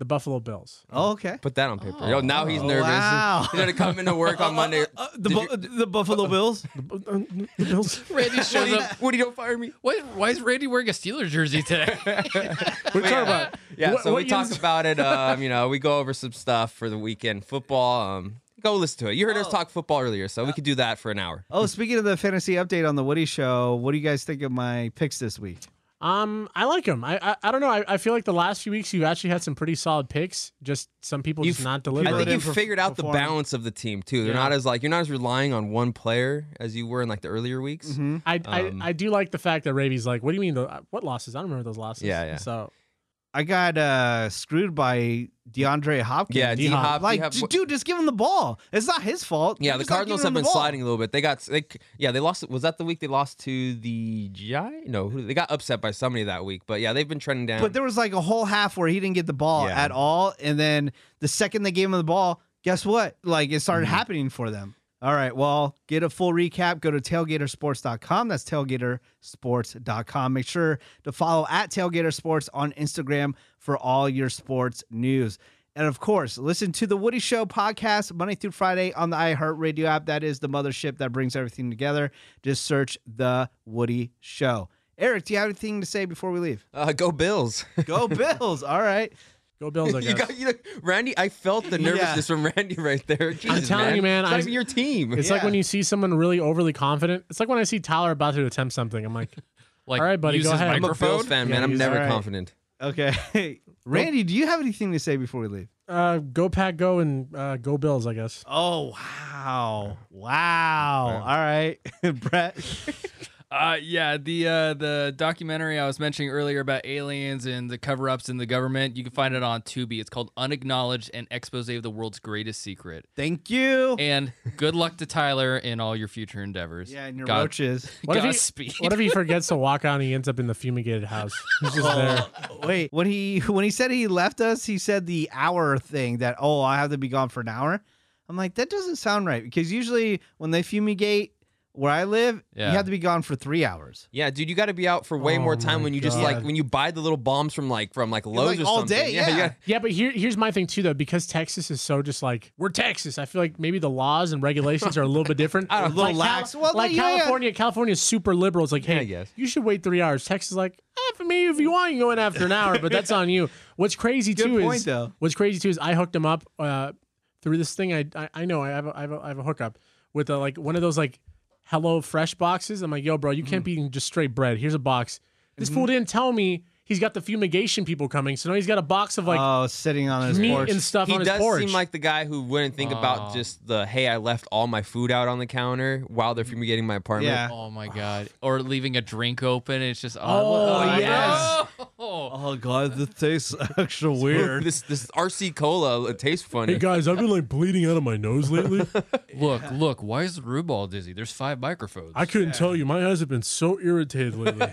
[SPEAKER 3] the Buffalo Bills?
[SPEAKER 1] Oh, okay.
[SPEAKER 6] Put that on paper. Yo,
[SPEAKER 3] Oh,
[SPEAKER 6] now he's nervous.
[SPEAKER 1] Wow.
[SPEAKER 6] He's gonna come into work on
[SPEAKER 3] *laughs* Uh,
[SPEAKER 6] Monday.
[SPEAKER 1] the, the
[SPEAKER 6] *laughs*
[SPEAKER 1] Buffalo Bills.
[SPEAKER 3] *laughs* The Bills.
[SPEAKER 2] Randy
[SPEAKER 3] *laughs*
[SPEAKER 2] shows
[SPEAKER 6] Woody,
[SPEAKER 2] up.
[SPEAKER 6] Woody, don't fire me.
[SPEAKER 2] Why, why is Randy wearing a Steelers jersey
[SPEAKER 3] *laughs*
[SPEAKER 2] today?
[SPEAKER 3] We're talking about.
[SPEAKER 6] Yeah,
[SPEAKER 3] What-
[SPEAKER 6] so
[SPEAKER 3] what
[SPEAKER 6] we talk
[SPEAKER 3] years-
[SPEAKER 6] about
[SPEAKER 3] *laughs*
[SPEAKER 6] it. Um, you know, we go over some stuff for the weekend football. Um, go listen to it. You
[SPEAKER 3] Oh.
[SPEAKER 6] heard us talk football earlier, so we could do that for an hour.
[SPEAKER 1] Oh, speaking of the fantasy update on the Woody Show, what do you guys think of my picks this week?
[SPEAKER 3] Um, I like him. I I, I don't know. I, I feel like the last few weeks you've actually had some pretty solid picks. Just some people just
[SPEAKER 6] You've-
[SPEAKER 3] not deliver.
[SPEAKER 6] I think
[SPEAKER 1] didn't
[SPEAKER 6] you
[SPEAKER 1] perf-
[SPEAKER 6] figured out the
[SPEAKER 1] perform.
[SPEAKER 6] balance of the team too. They're
[SPEAKER 3] Yeah.
[SPEAKER 6] not as like you're not as relying on one player as you were in like the earlier weeks.
[SPEAKER 3] Mm-hmm.
[SPEAKER 6] Um,
[SPEAKER 3] uh, I, I, I do like the fact that Ravi's like, what do you mean? The, what losses? I don't remember those losses.
[SPEAKER 6] Yeah, yeah.
[SPEAKER 3] So
[SPEAKER 1] I got uh, screwed by DeAndre Hopkins.
[SPEAKER 6] Yeah, D Hop.
[SPEAKER 1] Like, d- dude, just give him the ball. It's not his fault.
[SPEAKER 6] Yeah,
[SPEAKER 1] You're
[SPEAKER 6] the
[SPEAKER 1] just not
[SPEAKER 6] Cardinals
[SPEAKER 1] giving
[SPEAKER 6] have
[SPEAKER 1] him the
[SPEAKER 6] been
[SPEAKER 1] ball.
[SPEAKER 6] sliding a little bit. They got they, yeah, they lost. Was that the week they lost to the Giants? No, who- they got upset by somebody that week. But yeah, they've been trending down.
[SPEAKER 1] But there was like a whole half where he didn't get the ball
[SPEAKER 6] Yeah.
[SPEAKER 1] at all. And then the second they gave him the ball, guess what? Like it started
[SPEAKER 6] Mm-hmm.
[SPEAKER 1] happening for them. All right. Well, get a full recap. Go to tailgatersports.com. That's tailgatersports.com. Make sure to follow at Tailgater Sports on Instagram for all your sports news. And of course, listen to the Woody Show podcast Monday through Friday on the iHeartRadio app. That is the mothership that brings everything together. Just search the Woody Show. Eric, do you have anything to say before we leave?
[SPEAKER 6] uh, go Bills. *laughs*
[SPEAKER 1] *laughs* Go Bills. All right.
[SPEAKER 3] Go Bills, I guess.
[SPEAKER 6] you got you know, Randy. I felt the nervousness from Randy right there. Jesus,
[SPEAKER 3] telling
[SPEAKER 6] man.
[SPEAKER 3] you, man,
[SPEAKER 6] it's not
[SPEAKER 3] I-
[SPEAKER 6] even your team.
[SPEAKER 3] It's like
[SPEAKER 1] Yeah.
[SPEAKER 3] when you see someone really overly confident. It's like when I see Tyler about to attempt something. I'm like, *laughs*
[SPEAKER 2] Like,
[SPEAKER 3] All right, buddy,
[SPEAKER 2] use
[SPEAKER 3] go
[SPEAKER 2] his
[SPEAKER 3] ahead.
[SPEAKER 6] I'm a
[SPEAKER 2] microphone.
[SPEAKER 6] Bills fan,
[SPEAKER 3] Yeah,
[SPEAKER 6] man. I'm
[SPEAKER 3] he's
[SPEAKER 6] never
[SPEAKER 3] all right.
[SPEAKER 6] confident.
[SPEAKER 1] Okay. *laughs* Randy, do you have anything to say before we leave?
[SPEAKER 3] uh, go pack, go and uh, go Bills, I guess.
[SPEAKER 1] Oh, wow. Wow. All right. *laughs* Brett.
[SPEAKER 2] Uh, yeah, the uh, the documentary I was mentioning earlier about aliens and the cover ups in the government, you can find it on Tubi. It's called Unacknowledged and Expose of the World's Greatest Secret.
[SPEAKER 1] Thank you.
[SPEAKER 2] And good luck to Tyler in all your future endeavors.
[SPEAKER 1] yeah, and your
[SPEAKER 2] God-
[SPEAKER 1] roaches.
[SPEAKER 3] What if, he,
[SPEAKER 2] Godspeed.
[SPEAKER 3] what if he forgets to walk out and he ends up in the fumigated house?
[SPEAKER 6] *laughs*
[SPEAKER 3] He's just there.
[SPEAKER 1] Wait, when he when he said he left us, he said the hour thing that oh, I have to be gone for an hour. I'm like, that doesn't sound right because usually when they fumigate where I live,
[SPEAKER 2] Yeah.
[SPEAKER 1] you have to be gone for 3 hours.
[SPEAKER 6] Yeah, dude, you got to be out for way
[SPEAKER 3] Oh
[SPEAKER 6] more time
[SPEAKER 3] my
[SPEAKER 6] when you just like
[SPEAKER 3] God.
[SPEAKER 6] when you buy the little bombs from like from like Lowe's
[SPEAKER 1] like,
[SPEAKER 6] or
[SPEAKER 1] all
[SPEAKER 6] something.
[SPEAKER 1] day,
[SPEAKER 6] you
[SPEAKER 1] yeah.
[SPEAKER 6] gotta-
[SPEAKER 3] Yeah, but here, here's my thing too, though, because Texas is so just like we're Texas. I feel like maybe the laws and regulations are a little
[SPEAKER 1] *laughs*
[SPEAKER 3] bit different.
[SPEAKER 6] don't know.
[SPEAKER 3] like
[SPEAKER 1] Little lax. Well,
[SPEAKER 3] like
[SPEAKER 1] yeah, yeah.
[SPEAKER 3] California, California's super liberal. It's like,
[SPEAKER 6] Yeah, I
[SPEAKER 3] hey,
[SPEAKER 6] guess.
[SPEAKER 3] you should wait three hours. Texas is like, eh, for me, if you want, you can go in after an hour, but that's
[SPEAKER 1] *laughs*
[SPEAKER 3] on you. What's crazy
[SPEAKER 1] Good
[SPEAKER 3] too
[SPEAKER 1] point,
[SPEAKER 3] is
[SPEAKER 1] though.
[SPEAKER 3] what's crazy too is I hooked him up uh, through this thing. I I, I know I have a, I have a, I have a hookup with a, like one of those like Hello Fresh boxes. I'm like, yo, bro, you
[SPEAKER 1] Mm-hmm.
[SPEAKER 3] can't be eating just straight bread. Here's a box. This fool didn't tell me. He's got the fumigation people coming, so now he's got a box of like
[SPEAKER 1] oh, sitting on his
[SPEAKER 3] meat
[SPEAKER 1] porch.
[SPEAKER 3] and stuff
[SPEAKER 6] He
[SPEAKER 3] on his
[SPEAKER 6] does
[SPEAKER 3] porch. Oh.
[SPEAKER 6] seem like the guy who wouldn't think about just the hey, I left all my food out on the counter while they're fumigating my apartment.
[SPEAKER 1] yeah.
[SPEAKER 2] Oh my god! Or leaving a drink open. It's just oh,
[SPEAKER 3] Oh,
[SPEAKER 1] yes.
[SPEAKER 2] no.
[SPEAKER 1] Oh god, this tastes *laughs* extra weird.
[SPEAKER 6] This this RC cola it tastes funny.
[SPEAKER 3] hey guys, I've been like bleeding out of my nose lately.
[SPEAKER 2] Look, look. Why is Rubal dizzy? There's five microphones.
[SPEAKER 6] *laughs*
[SPEAKER 3] I couldn't tell you. My eyes have been so irritated lately.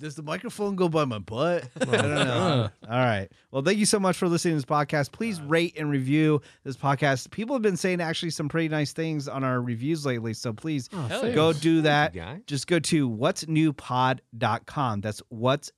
[SPEAKER 1] Does the microphone go by my butt? I don't know. All right. Well, thank you so much for listening to this podcast. Please rate and review this podcast. People have been saying actually some pretty nice things on our reviews lately. So please
[SPEAKER 2] thanks.
[SPEAKER 1] go do that.
[SPEAKER 6] you, guys.
[SPEAKER 1] Just go to what's newpod.com. That's what's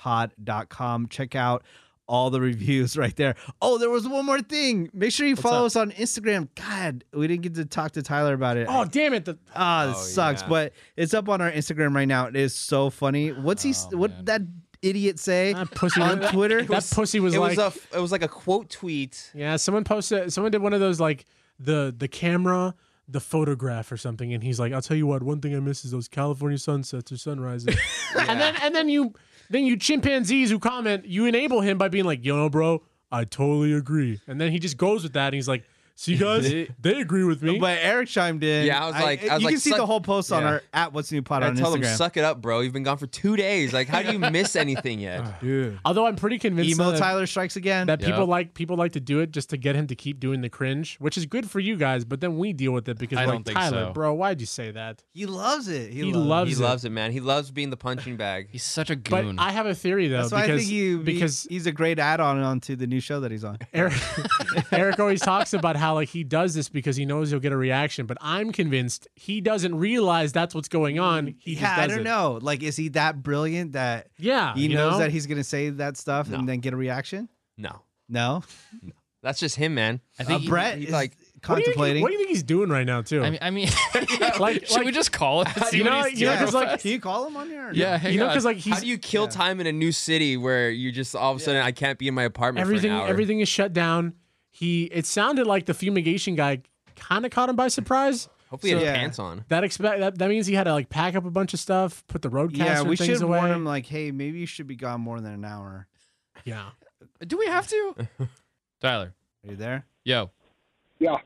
[SPEAKER 1] newpod.com. Check out all the reviews *laughs* right there. Oh, there was one more thing. Make sure you follow us on Instagram. God, we didn't get to talk to Tyler about it.
[SPEAKER 3] oh damn it! The,
[SPEAKER 1] Ah, this
[SPEAKER 6] Oh,
[SPEAKER 1] sucks.
[SPEAKER 6] yeah.
[SPEAKER 1] But it's up on our Instagram right now. It is so funny. What's he?
[SPEAKER 6] Oh,
[SPEAKER 1] what
[SPEAKER 2] man.
[SPEAKER 1] that idiot say
[SPEAKER 3] that pussy *laughs*
[SPEAKER 1] on
[SPEAKER 3] that-
[SPEAKER 1] Twitter?
[SPEAKER 3] That, pussy was
[SPEAKER 6] it
[SPEAKER 3] like,
[SPEAKER 6] was a f- it was like a quote tweet.
[SPEAKER 3] yeah. Someone posted. Someone did one of those like the the camera, the photograph or something, and he's like, I'll tell you what. One thing I miss is those California sunsets
[SPEAKER 6] *laughs*
[SPEAKER 3] or sunrises. And then and then you then you chimpanzees who comment, you enable him by being like, yo, no, bro, I totally agree. And then he just goes with that, and he's like, see
[SPEAKER 6] *laughs*
[SPEAKER 3] guys, they agree with me.
[SPEAKER 1] But Eric chimed in.
[SPEAKER 6] Yeah, I was like- I was
[SPEAKER 1] you
[SPEAKER 6] like,
[SPEAKER 1] can see
[SPEAKER 6] suck-
[SPEAKER 1] the whole post on
[SPEAKER 6] Yeah.
[SPEAKER 1] our at What's New Pod
[SPEAKER 6] I
[SPEAKER 1] on
[SPEAKER 6] tell them,
[SPEAKER 1] Instagram.
[SPEAKER 6] suck it up, bro. You've been gone for two days. Like, how do you
[SPEAKER 3] *laughs*
[SPEAKER 6] miss anything yet?
[SPEAKER 3] Although I'm pretty convinced
[SPEAKER 1] Emo
[SPEAKER 3] that-
[SPEAKER 1] Tyler strikes again.
[SPEAKER 3] that people
[SPEAKER 2] Yep.
[SPEAKER 3] like people like to do it just to get him to keep doing the cringe, which is good for you guys. But then we deal with it because
[SPEAKER 2] I
[SPEAKER 3] we're
[SPEAKER 2] don't
[SPEAKER 3] like,
[SPEAKER 2] think
[SPEAKER 3] Tyler,
[SPEAKER 2] so."
[SPEAKER 3] bro, why'd you say that?
[SPEAKER 1] he loves it. He,
[SPEAKER 3] He
[SPEAKER 1] loves.
[SPEAKER 3] loves,
[SPEAKER 6] he
[SPEAKER 3] it.
[SPEAKER 6] loves it, man. He loves being the punching bag.
[SPEAKER 2] He's such a
[SPEAKER 3] But
[SPEAKER 2] goon.
[SPEAKER 3] I have a theory though,
[SPEAKER 1] That's why
[SPEAKER 3] because
[SPEAKER 1] I think you
[SPEAKER 3] because
[SPEAKER 1] he's a great add-on onto the new show that he's on.
[SPEAKER 3] Eric, *laughs*
[SPEAKER 1] *laughs*
[SPEAKER 3] Eric always talks about how like he does this because he knows he'll get a reaction. But I'm convinced he doesn't realize that's what's going on. *laughs* He
[SPEAKER 1] Mm, yeah,
[SPEAKER 3] just
[SPEAKER 1] I
[SPEAKER 3] does
[SPEAKER 1] don't
[SPEAKER 3] it.
[SPEAKER 1] know. Like, is he that brilliant that
[SPEAKER 3] Yeah,
[SPEAKER 1] he
[SPEAKER 3] you
[SPEAKER 1] knows
[SPEAKER 3] know?
[SPEAKER 1] that he's gonna say that stuff
[SPEAKER 6] No.
[SPEAKER 1] and then get a reaction?
[SPEAKER 6] No,
[SPEAKER 1] No,
[SPEAKER 6] that's just him, man.
[SPEAKER 2] I
[SPEAKER 1] uh,
[SPEAKER 2] think he-
[SPEAKER 1] Brett
[SPEAKER 6] he's
[SPEAKER 1] is
[SPEAKER 6] like-
[SPEAKER 3] What do, you think,
[SPEAKER 1] contemplating.
[SPEAKER 3] what do you think he's doing right now too?
[SPEAKER 2] I mean, I mean,
[SPEAKER 3] *laughs*
[SPEAKER 2] *laughs*
[SPEAKER 3] Like-
[SPEAKER 2] should we
[SPEAKER 3] like-
[SPEAKER 2] just
[SPEAKER 3] *laughs*
[SPEAKER 2] call it? and See
[SPEAKER 3] You
[SPEAKER 2] what
[SPEAKER 3] know,
[SPEAKER 2] he's
[SPEAKER 3] you know,
[SPEAKER 2] doing?
[SPEAKER 3] 'cause, like-
[SPEAKER 1] can you call him on here? or no?
[SPEAKER 2] yeah, hang
[SPEAKER 3] you know,
[SPEAKER 2] on.
[SPEAKER 3] because like he's
[SPEAKER 6] How do you kill time in a new city where you just all of a sudden I can't be in my apartment
[SPEAKER 3] everything
[SPEAKER 6] for an hour?
[SPEAKER 3] everything is shut down. He it sounded like the fumigation guy kind of caught him by surprise.
[SPEAKER 6] Hopefully, he
[SPEAKER 1] So-
[SPEAKER 6] had
[SPEAKER 1] Yeah.
[SPEAKER 6] pants on.
[SPEAKER 3] That expect that, that means he had to like pack up a bunch of stuff, put the roadcaster
[SPEAKER 1] Yeah, we
[SPEAKER 3] things
[SPEAKER 1] should
[SPEAKER 3] away.
[SPEAKER 1] warn him like, hey, maybe you should be gone more than an hour.
[SPEAKER 3] yeah.
[SPEAKER 2] do we have to? Tyler,
[SPEAKER 1] Are you there? *laughs*
[SPEAKER 2] yo,
[SPEAKER 4] Yeah.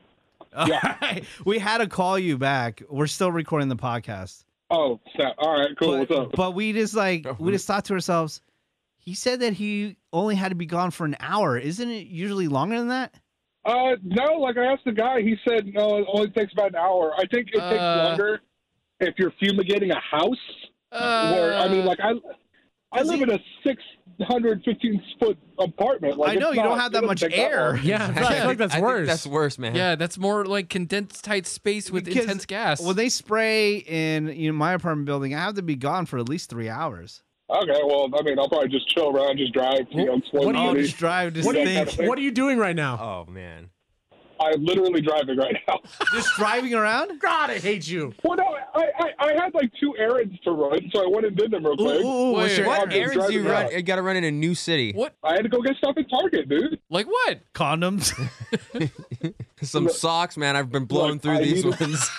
[SPEAKER 1] All right. We had to call you back. We're still recording the podcast.
[SPEAKER 4] Oh, snap. All right, cool.
[SPEAKER 1] but,
[SPEAKER 4] What's up?
[SPEAKER 1] *laughs* but we just like we just thought to ourselves, He said that he only had to be gone for an hour. Isn't it usually longer than that?
[SPEAKER 4] Uh, no, like I asked the guy, he said no. It only takes about an hour. I think it takes
[SPEAKER 2] Uh.
[SPEAKER 4] longer if you're fumigating a house.
[SPEAKER 2] Uh,
[SPEAKER 4] Or I mean, like I, I
[SPEAKER 1] does
[SPEAKER 4] live
[SPEAKER 1] he-
[SPEAKER 4] in a six hundred fifteen foot apartment. Like,
[SPEAKER 1] I know
[SPEAKER 4] it's
[SPEAKER 1] you don't
[SPEAKER 4] not-
[SPEAKER 1] have
[SPEAKER 4] it
[SPEAKER 1] that
[SPEAKER 4] doesn't
[SPEAKER 1] much
[SPEAKER 4] take that
[SPEAKER 1] air.
[SPEAKER 6] *laughs*
[SPEAKER 4] long.
[SPEAKER 3] Yeah, I feel
[SPEAKER 2] Yeah,
[SPEAKER 3] like that's
[SPEAKER 6] I think
[SPEAKER 3] worse.
[SPEAKER 6] that's worse, man.
[SPEAKER 2] yeah, that's more like condensed tight space with
[SPEAKER 1] Because
[SPEAKER 2] intense gas.
[SPEAKER 1] When they spray in you know, my apartment building, I have to be gone for at least three hours.
[SPEAKER 4] Okay, well, I mean, I'll probably just chill around, just drive, you know, slow
[SPEAKER 3] what do you-
[SPEAKER 1] Oh,
[SPEAKER 4] city.
[SPEAKER 1] just drive this
[SPEAKER 3] What
[SPEAKER 4] do
[SPEAKER 3] are,
[SPEAKER 4] you-
[SPEAKER 1] thing.
[SPEAKER 3] you, what are you doing right now?
[SPEAKER 6] Oh man.
[SPEAKER 4] I'm literally driving right
[SPEAKER 1] *laughs*
[SPEAKER 4] now.
[SPEAKER 1] Just driving around?
[SPEAKER 3] God, I hate you.
[SPEAKER 4] well, no, I, I, I had like two errands to run, so I went and did them real
[SPEAKER 1] Ooh,
[SPEAKER 4] quick.
[SPEAKER 1] ooh, ooh, what's
[SPEAKER 2] Wait,
[SPEAKER 1] your
[SPEAKER 4] what?
[SPEAKER 1] address?
[SPEAKER 4] Aaron-
[SPEAKER 6] Errands you
[SPEAKER 4] driving
[SPEAKER 6] run
[SPEAKER 4] around.
[SPEAKER 6] you gotta run in a new city.
[SPEAKER 2] what?
[SPEAKER 4] I had to go get stuff at Target, dude.
[SPEAKER 2] Like what?
[SPEAKER 1] Condoms.
[SPEAKER 6] Some socks, man. I've been blowing
[SPEAKER 4] Look,
[SPEAKER 6] through
[SPEAKER 4] I
[SPEAKER 6] these
[SPEAKER 4] needed- *laughs*
[SPEAKER 6] ones.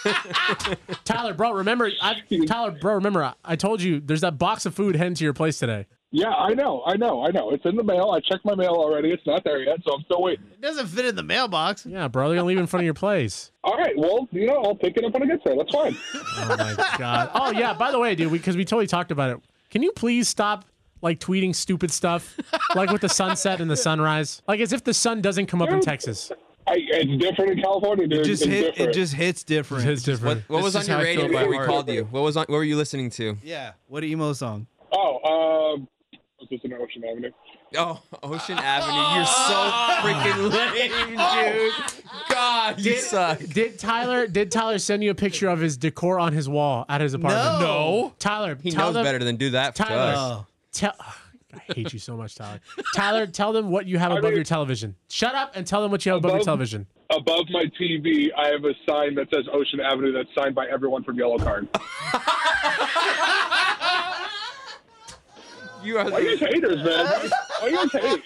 [SPEAKER 3] Tyler, bro, remember, I, Tyler, bro, remember, I, I told you there's that box of food heading to your place today.
[SPEAKER 4] Yeah, I know, I know, I know. It's in the mail. I checked my mail already. It's not there yet, so I'm still waiting.
[SPEAKER 1] it doesn't fit in the mailbox.
[SPEAKER 3] Yeah, bro, they're gonna leave it in front of your place.
[SPEAKER 4] All right, well, you know, I'll pick it up when it gets there. That's fine.
[SPEAKER 3] Oh my god. Oh yeah. By the way, dude, because we, totally talked about it. Can you please stop like tweeting stupid stuff, like with the sunset and the sunrise, like as if the sun doesn't come up in Texas.
[SPEAKER 4] I, it's different in California, dude.
[SPEAKER 1] It just
[SPEAKER 4] it's
[SPEAKER 1] hit
[SPEAKER 4] different.
[SPEAKER 1] it just hits different.
[SPEAKER 3] It's
[SPEAKER 6] What,
[SPEAKER 3] different.
[SPEAKER 6] what was
[SPEAKER 2] This
[SPEAKER 6] on
[SPEAKER 2] is
[SPEAKER 6] your
[SPEAKER 2] how I feel
[SPEAKER 6] radio
[SPEAKER 2] about
[SPEAKER 6] when we
[SPEAKER 2] art.
[SPEAKER 6] called you? What was on? What were you listening to?
[SPEAKER 1] yeah. What emo song?
[SPEAKER 4] Oh, um, was this in Ocean Avenue?
[SPEAKER 6] Oh, Ocean Avenue. You're
[SPEAKER 3] *laughs*
[SPEAKER 6] so freaking lame, dude. God, you suck.
[SPEAKER 3] Did Tyler did Tyler send you a picture of his decor on his wall at his apartment?
[SPEAKER 1] No.
[SPEAKER 3] Tyler,
[SPEAKER 6] He
[SPEAKER 3] tell
[SPEAKER 6] knows
[SPEAKER 3] them,
[SPEAKER 6] better than do that for
[SPEAKER 3] Tyler.
[SPEAKER 6] us.
[SPEAKER 1] Oh.
[SPEAKER 3] Tell, I hate you so much, Tyler. Tyler, tell them what you have above
[SPEAKER 4] mean-
[SPEAKER 3] your television. Shut up and tell them what you have above, your
[SPEAKER 4] Above-
[SPEAKER 3] television.
[SPEAKER 4] Above my TV, I have a sign that says Ocean Avenue that's signed by everyone from Yellow Card.
[SPEAKER 6] You are.
[SPEAKER 4] Why you *laughs*
[SPEAKER 6] The,
[SPEAKER 4] guys haters, man? Why you guys hate?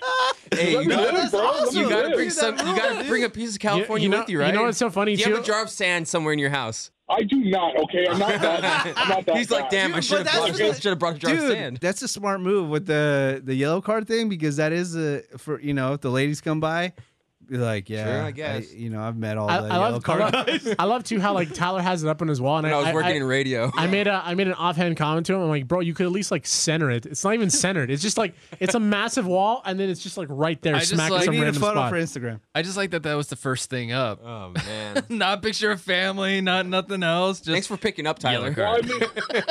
[SPEAKER 6] hey, you,
[SPEAKER 4] Let me
[SPEAKER 6] gotta-
[SPEAKER 4] live, bro. Let me
[SPEAKER 6] you gotta
[SPEAKER 4] live.
[SPEAKER 6] bring some. You gotta bring a piece of California
[SPEAKER 3] know-
[SPEAKER 6] with you,
[SPEAKER 3] you
[SPEAKER 6] right?
[SPEAKER 3] know what's so funny,
[SPEAKER 6] Do you have
[SPEAKER 3] too?
[SPEAKER 6] a jar of sand somewhere in your house?
[SPEAKER 4] I do not, okay? I'm not that.
[SPEAKER 6] *laughs*
[SPEAKER 4] I'm not that
[SPEAKER 6] He's like,
[SPEAKER 4] guy.
[SPEAKER 6] damn, I
[SPEAKER 1] Dude,
[SPEAKER 6] should
[SPEAKER 1] but
[SPEAKER 6] have brought,
[SPEAKER 1] that's what-
[SPEAKER 6] should have brought a jar of
[SPEAKER 1] Dude,
[SPEAKER 6] sand.
[SPEAKER 1] that's a smart move with the the yellow card thing because that is a for you know if the ladies come by, be like yeah,
[SPEAKER 6] Sure, I guess.
[SPEAKER 1] you know I've met all
[SPEAKER 3] I,
[SPEAKER 1] the
[SPEAKER 3] I
[SPEAKER 1] yellow
[SPEAKER 3] love, I
[SPEAKER 1] card guys.
[SPEAKER 3] love *laughs* I love too how like Tyler has it up on his wall and
[SPEAKER 6] when I was
[SPEAKER 3] I,
[SPEAKER 6] working in
[SPEAKER 3] *laughs*
[SPEAKER 6] radio.
[SPEAKER 3] I made a I made an offhand comment to him. I'm like, bro, you could at least like center it. It's not even centered. It's just like it's a massive wall, and then it's just like right there,
[SPEAKER 2] I just,
[SPEAKER 3] smacking
[SPEAKER 1] *laughs*
[SPEAKER 2] like,
[SPEAKER 1] I
[SPEAKER 3] some
[SPEAKER 1] need a
[SPEAKER 3] random
[SPEAKER 1] photo
[SPEAKER 3] spot.
[SPEAKER 1] for Instagram.
[SPEAKER 2] I just like that that was the first thing up.
[SPEAKER 6] oh man.
[SPEAKER 2] *laughs* Not a picture of family, not nothing else. Just
[SPEAKER 6] Thanks for picking up, Tyler.
[SPEAKER 2] Yellow
[SPEAKER 4] Well, I mean,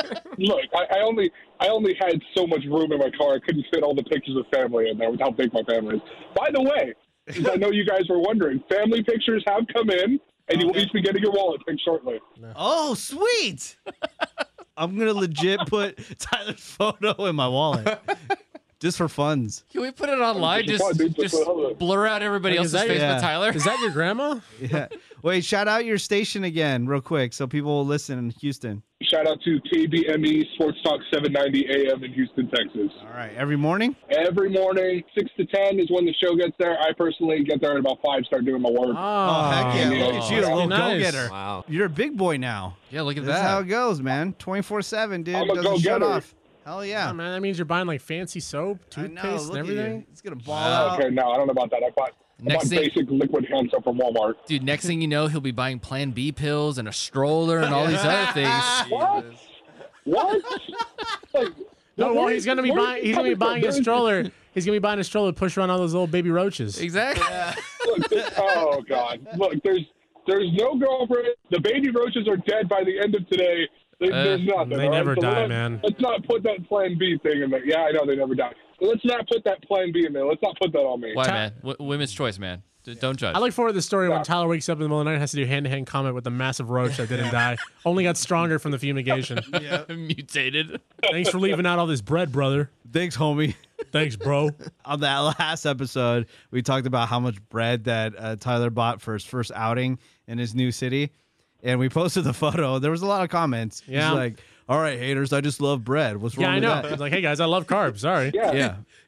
[SPEAKER 4] look, I, I only I only had so much room in my car. I couldn't fit all the pictures of family in there with how big my family is. By the way, 'cause I know you guys were wondering, family pictures have come in, and you will each be getting your wallet picked shortly.
[SPEAKER 1] Oh
[SPEAKER 3] *laughs*
[SPEAKER 1] sweet! I'm gonna legit put Tyler's photo in my wallet
[SPEAKER 3] *laughs*
[SPEAKER 1] just for funds.
[SPEAKER 2] Can we put it online?
[SPEAKER 4] Just-
[SPEAKER 2] Just,
[SPEAKER 4] dude,
[SPEAKER 2] just
[SPEAKER 4] just-
[SPEAKER 2] blur out everybody
[SPEAKER 3] Like, is
[SPEAKER 2] else's
[SPEAKER 3] that-
[SPEAKER 2] face
[SPEAKER 1] yeah.
[SPEAKER 2] with Tyler.
[SPEAKER 3] Is that your grandma?
[SPEAKER 1] Yeah. Wait, shout out your station again, real quick, so people will listen in Houston.
[SPEAKER 4] Shout out to KBME E Sports Talk 790 AM in Houston, Texas.
[SPEAKER 1] All right, every morning.
[SPEAKER 4] Every morning, six to ten is when the show gets there. I personally get there at about five, start doing my work.
[SPEAKER 1] Oh, heck yeah!
[SPEAKER 4] yeah.
[SPEAKER 1] Look at you, a little
[SPEAKER 3] Nice.
[SPEAKER 1] go-getter.
[SPEAKER 6] Wow.
[SPEAKER 1] You're a big boy now.
[SPEAKER 2] *laughs* yeah, look at
[SPEAKER 1] That's how it
[SPEAKER 2] that.
[SPEAKER 1] goes, man. 24 7, dude.
[SPEAKER 4] I'm a
[SPEAKER 1] Doesn't shut
[SPEAKER 4] go-getter.
[SPEAKER 1] off. Hell yeah.
[SPEAKER 3] Oh, man, that means you're buying like fancy soap,
[SPEAKER 1] I
[SPEAKER 3] toothpaste,
[SPEAKER 1] know.
[SPEAKER 3] and
[SPEAKER 1] Look at you.
[SPEAKER 3] everything.
[SPEAKER 1] It's going to ball out.
[SPEAKER 4] Okay, no, I don't know about that. I bought, I
[SPEAKER 2] Ah. Next
[SPEAKER 4] bought
[SPEAKER 2] thing-
[SPEAKER 4] basic liquid hand soap from Walmart.
[SPEAKER 2] Dude, next thing you know, he'll be buying Plan B pills and a stroller and all these other *laughs* things.
[SPEAKER 4] What? What? like,
[SPEAKER 3] No,
[SPEAKER 4] where-
[SPEAKER 3] well, he's gonna be
[SPEAKER 4] where is
[SPEAKER 3] buying.
[SPEAKER 4] this
[SPEAKER 3] He's gonna
[SPEAKER 4] coming
[SPEAKER 3] be
[SPEAKER 4] from?
[SPEAKER 3] buying a
[SPEAKER 4] Where is-
[SPEAKER 3] stroller. He's gonna be buying a stroller to push around all those little baby roaches.
[SPEAKER 2] Exactly.
[SPEAKER 4] Look, this- oh God! Look, there's there's no girlfriend. The baby roaches are dead by the end of today. There-
[SPEAKER 2] Uh,
[SPEAKER 4] there's nothing.
[SPEAKER 3] they
[SPEAKER 4] all right?
[SPEAKER 3] never
[SPEAKER 4] So
[SPEAKER 3] die,
[SPEAKER 4] let's-
[SPEAKER 3] man.
[SPEAKER 4] Let's not put that Plan B thing in there. Yeah, I know they never die. But let's not put that Plan B in there. Let's not put that on me.
[SPEAKER 2] Why,
[SPEAKER 3] Ty-
[SPEAKER 2] man? W- women's choice, man. D- Don't judge.
[SPEAKER 3] I look forward to the story when Tyler wakes up in the middle of the night and has to do hand to hand combat with the massive roach that didn't die, only got stronger from
[SPEAKER 1] *laughs*
[SPEAKER 3] the fumigation.
[SPEAKER 2] *laughs* mutated.
[SPEAKER 3] Thanks for leaving out all this bread, brother.
[SPEAKER 1] Thanks, homie. *laughs*
[SPEAKER 3] Thanks, bro.
[SPEAKER 1] On that last episode, we talked about how much bread that uh, Tyler bought for his first outing in his new city. And we posted the *laughs* photo. There was a lot of comments.
[SPEAKER 3] Yeah.
[SPEAKER 1] He's like, all right, haters, I just love bread. What's wrong
[SPEAKER 3] Yeah, I
[SPEAKER 1] with
[SPEAKER 3] know.
[SPEAKER 1] that?
[SPEAKER 3] It's like, hey guys, I love carbs. Sorry.
[SPEAKER 4] Yeah.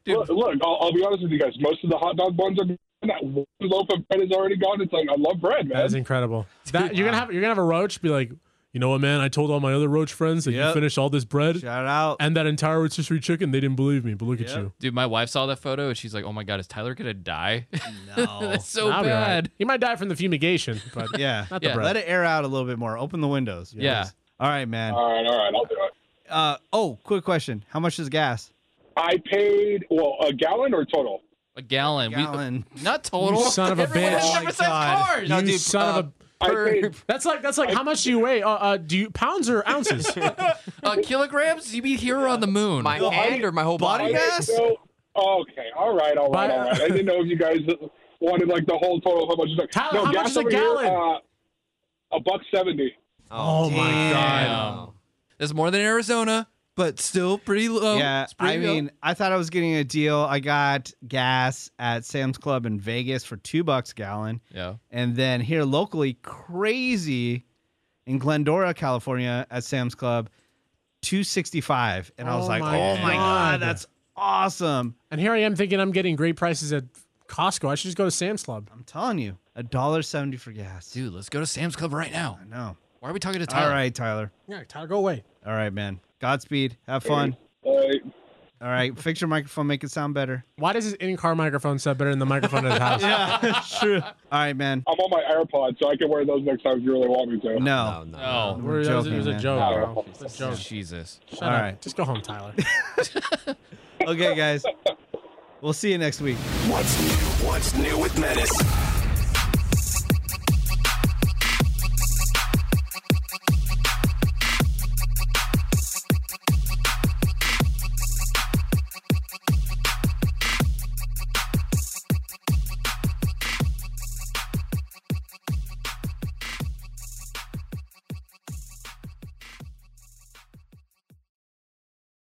[SPEAKER 1] Yeah.
[SPEAKER 4] Look, look I'll, I'll be honest with you guys. Most of the hot dog buns are gone. that one loaf of bread is already gone. It's like I love bread,
[SPEAKER 3] That
[SPEAKER 4] man.
[SPEAKER 3] is incredible. That, you're gonna have you're gonna have a roach be like, you know what, man? I told all my other roach friends that you
[SPEAKER 1] Yep.
[SPEAKER 3] finished all this bread
[SPEAKER 1] Shout *laughs* out.
[SPEAKER 3] and that entire rotisserie chicken. They didn't believe me, but look at you.
[SPEAKER 2] Dude, my wife saw that photo and she's like, "Oh my god, is Tyler gonna die?"
[SPEAKER 1] No.
[SPEAKER 2] *laughs* That's so
[SPEAKER 3] I'll be all right.
[SPEAKER 2] bad.
[SPEAKER 3] He might die from the fumigation, but
[SPEAKER 1] *laughs* yeah.
[SPEAKER 3] not the
[SPEAKER 2] Yeah.
[SPEAKER 3] bread.
[SPEAKER 1] Let it air out a little bit more. Open the windows.
[SPEAKER 2] Yeah.
[SPEAKER 1] All right, man.
[SPEAKER 4] All right, all right, I'll do it.
[SPEAKER 1] Uh, oh, quick question. How much is gas?
[SPEAKER 4] I paid well a gallon or total.
[SPEAKER 2] A gallon. We-
[SPEAKER 1] Gallon.
[SPEAKER 2] not total.
[SPEAKER 3] You son of a
[SPEAKER 2] Everyone
[SPEAKER 3] bitch.
[SPEAKER 2] has
[SPEAKER 3] Oh my
[SPEAKER 2] 10%
[SPEAKER 1] God.
[SPEAKER 2] cars.
[SPEAKER 3] you son of a.
[SPEAKER 4] I
[SPEAKER 3] *laughs*
[SPEAKER 4] paid
[SPEAKER 3] That's like that's like how much do you weigh? Uh, uh, do you pounds or
[SPEAKER 1] *laughs*
[SPEAKER 3] ounces?
[SPEAKER 1] Oh,
[SPEAKER 2] Uh, kilograms? You be here or on the moon?
[SPEAKER 8] Oh My hand or my whole
[SPEAKER 1] Body
[SPEAKER 8] body?
[SPEAKER 1] mass?
[SPEAKER 4] So, okay, all right, all right,
[SPEAKER 3] By-
[SPEAKER 4] all right. I didn't know if you guys wanted like the whole total of how much it's like.
[SPEAKER 3] Tyler, how much
[SPEAKER 4] gas
[SPEAKER 3] is a
[SPEAKER 4] over
[SPEAKER 3] gallon?
[SPEAKER 4] uh, a buck seventy.
[SPEAKER 3] oh my god!
[SPEAKER 2] Damn. That's more than Arizona, but still pretty low.
[SPEAKER 1] yeah,
[SPEAKER 2] Oh, It's pretty
[SPEAKER 1] I
[SPEAKER 2] low.
[SPEAKER 1] mean, I thought I was getting a deal. I got gas at Sam's Club in Vegas for two bucks a gallon,
[SPEAKER 2] yeah.
[SPEAKER 1] and then here locally, crazy in Glendora, California, at Sam's Club, two sixty five. And I was
[SPEAKER 3] Oh
[SPEAKER 1] like,
[SPEAKER 3] my
[SPEAKER 1] oh my
[SPEAKER 3] God.
[SPEAKER 1] god, that's awesome!
[SPEAKER 3] And here I am thinking I'm getting great prices at Costco. I should just go to Sam's Club.
[SPEAKER 1] I'm telling you, a dollar seventy for gas.
[SPEAKER 2] Dude, let's go to Sam's Club right now.
[SPEAKER 1] I know.
[SPEAKER 2] Why are we talking to Tyler?
[SPEAKER 1] All right, Tyler.
[SPEAKER 3] Yeah, Tyler, go away.
[SPEAKER 1] All right, man. Godspeed. Have fun.
[SPEAKER 4] Like,
[SPEAKER 1] All right, fix your microphone, make it sound
[SPEAKER 2] *laughs*
[SPEAKER 1] better. *laughs*
[SPEAKER 3] Why does his in-car microphone sound better than the microphone at the house?
[SPEAKER 1] Yeah, true. All right, man.
[SPEAKER 4] I'm on my AirPods, so I can wear those next time if you really want me to.
[SPEAKER 1] No.
[SPEAKER 6] no.
[SPEAKER 2] Oh,
[SPEAKER 3] We're- that was- it was
[SPEAKER 1] joking,
[SPEAKER 3] a
[SPEAKER 1] man.
[SPEAKER 3] joke, bro. It's a joke.
[SPEAKER 2] Jesus.
[SPEAKER 3] Shut
[SPEAKER 1] All
[SPEAKER 3] up.
[SPEAKER 1] right.
[SPEAKER 3] Just go home, Tyler.
[SPEAKER 1] Okay, guys. We'll see you next week.
[SPEAKER 9] What's new? What's new with Menace?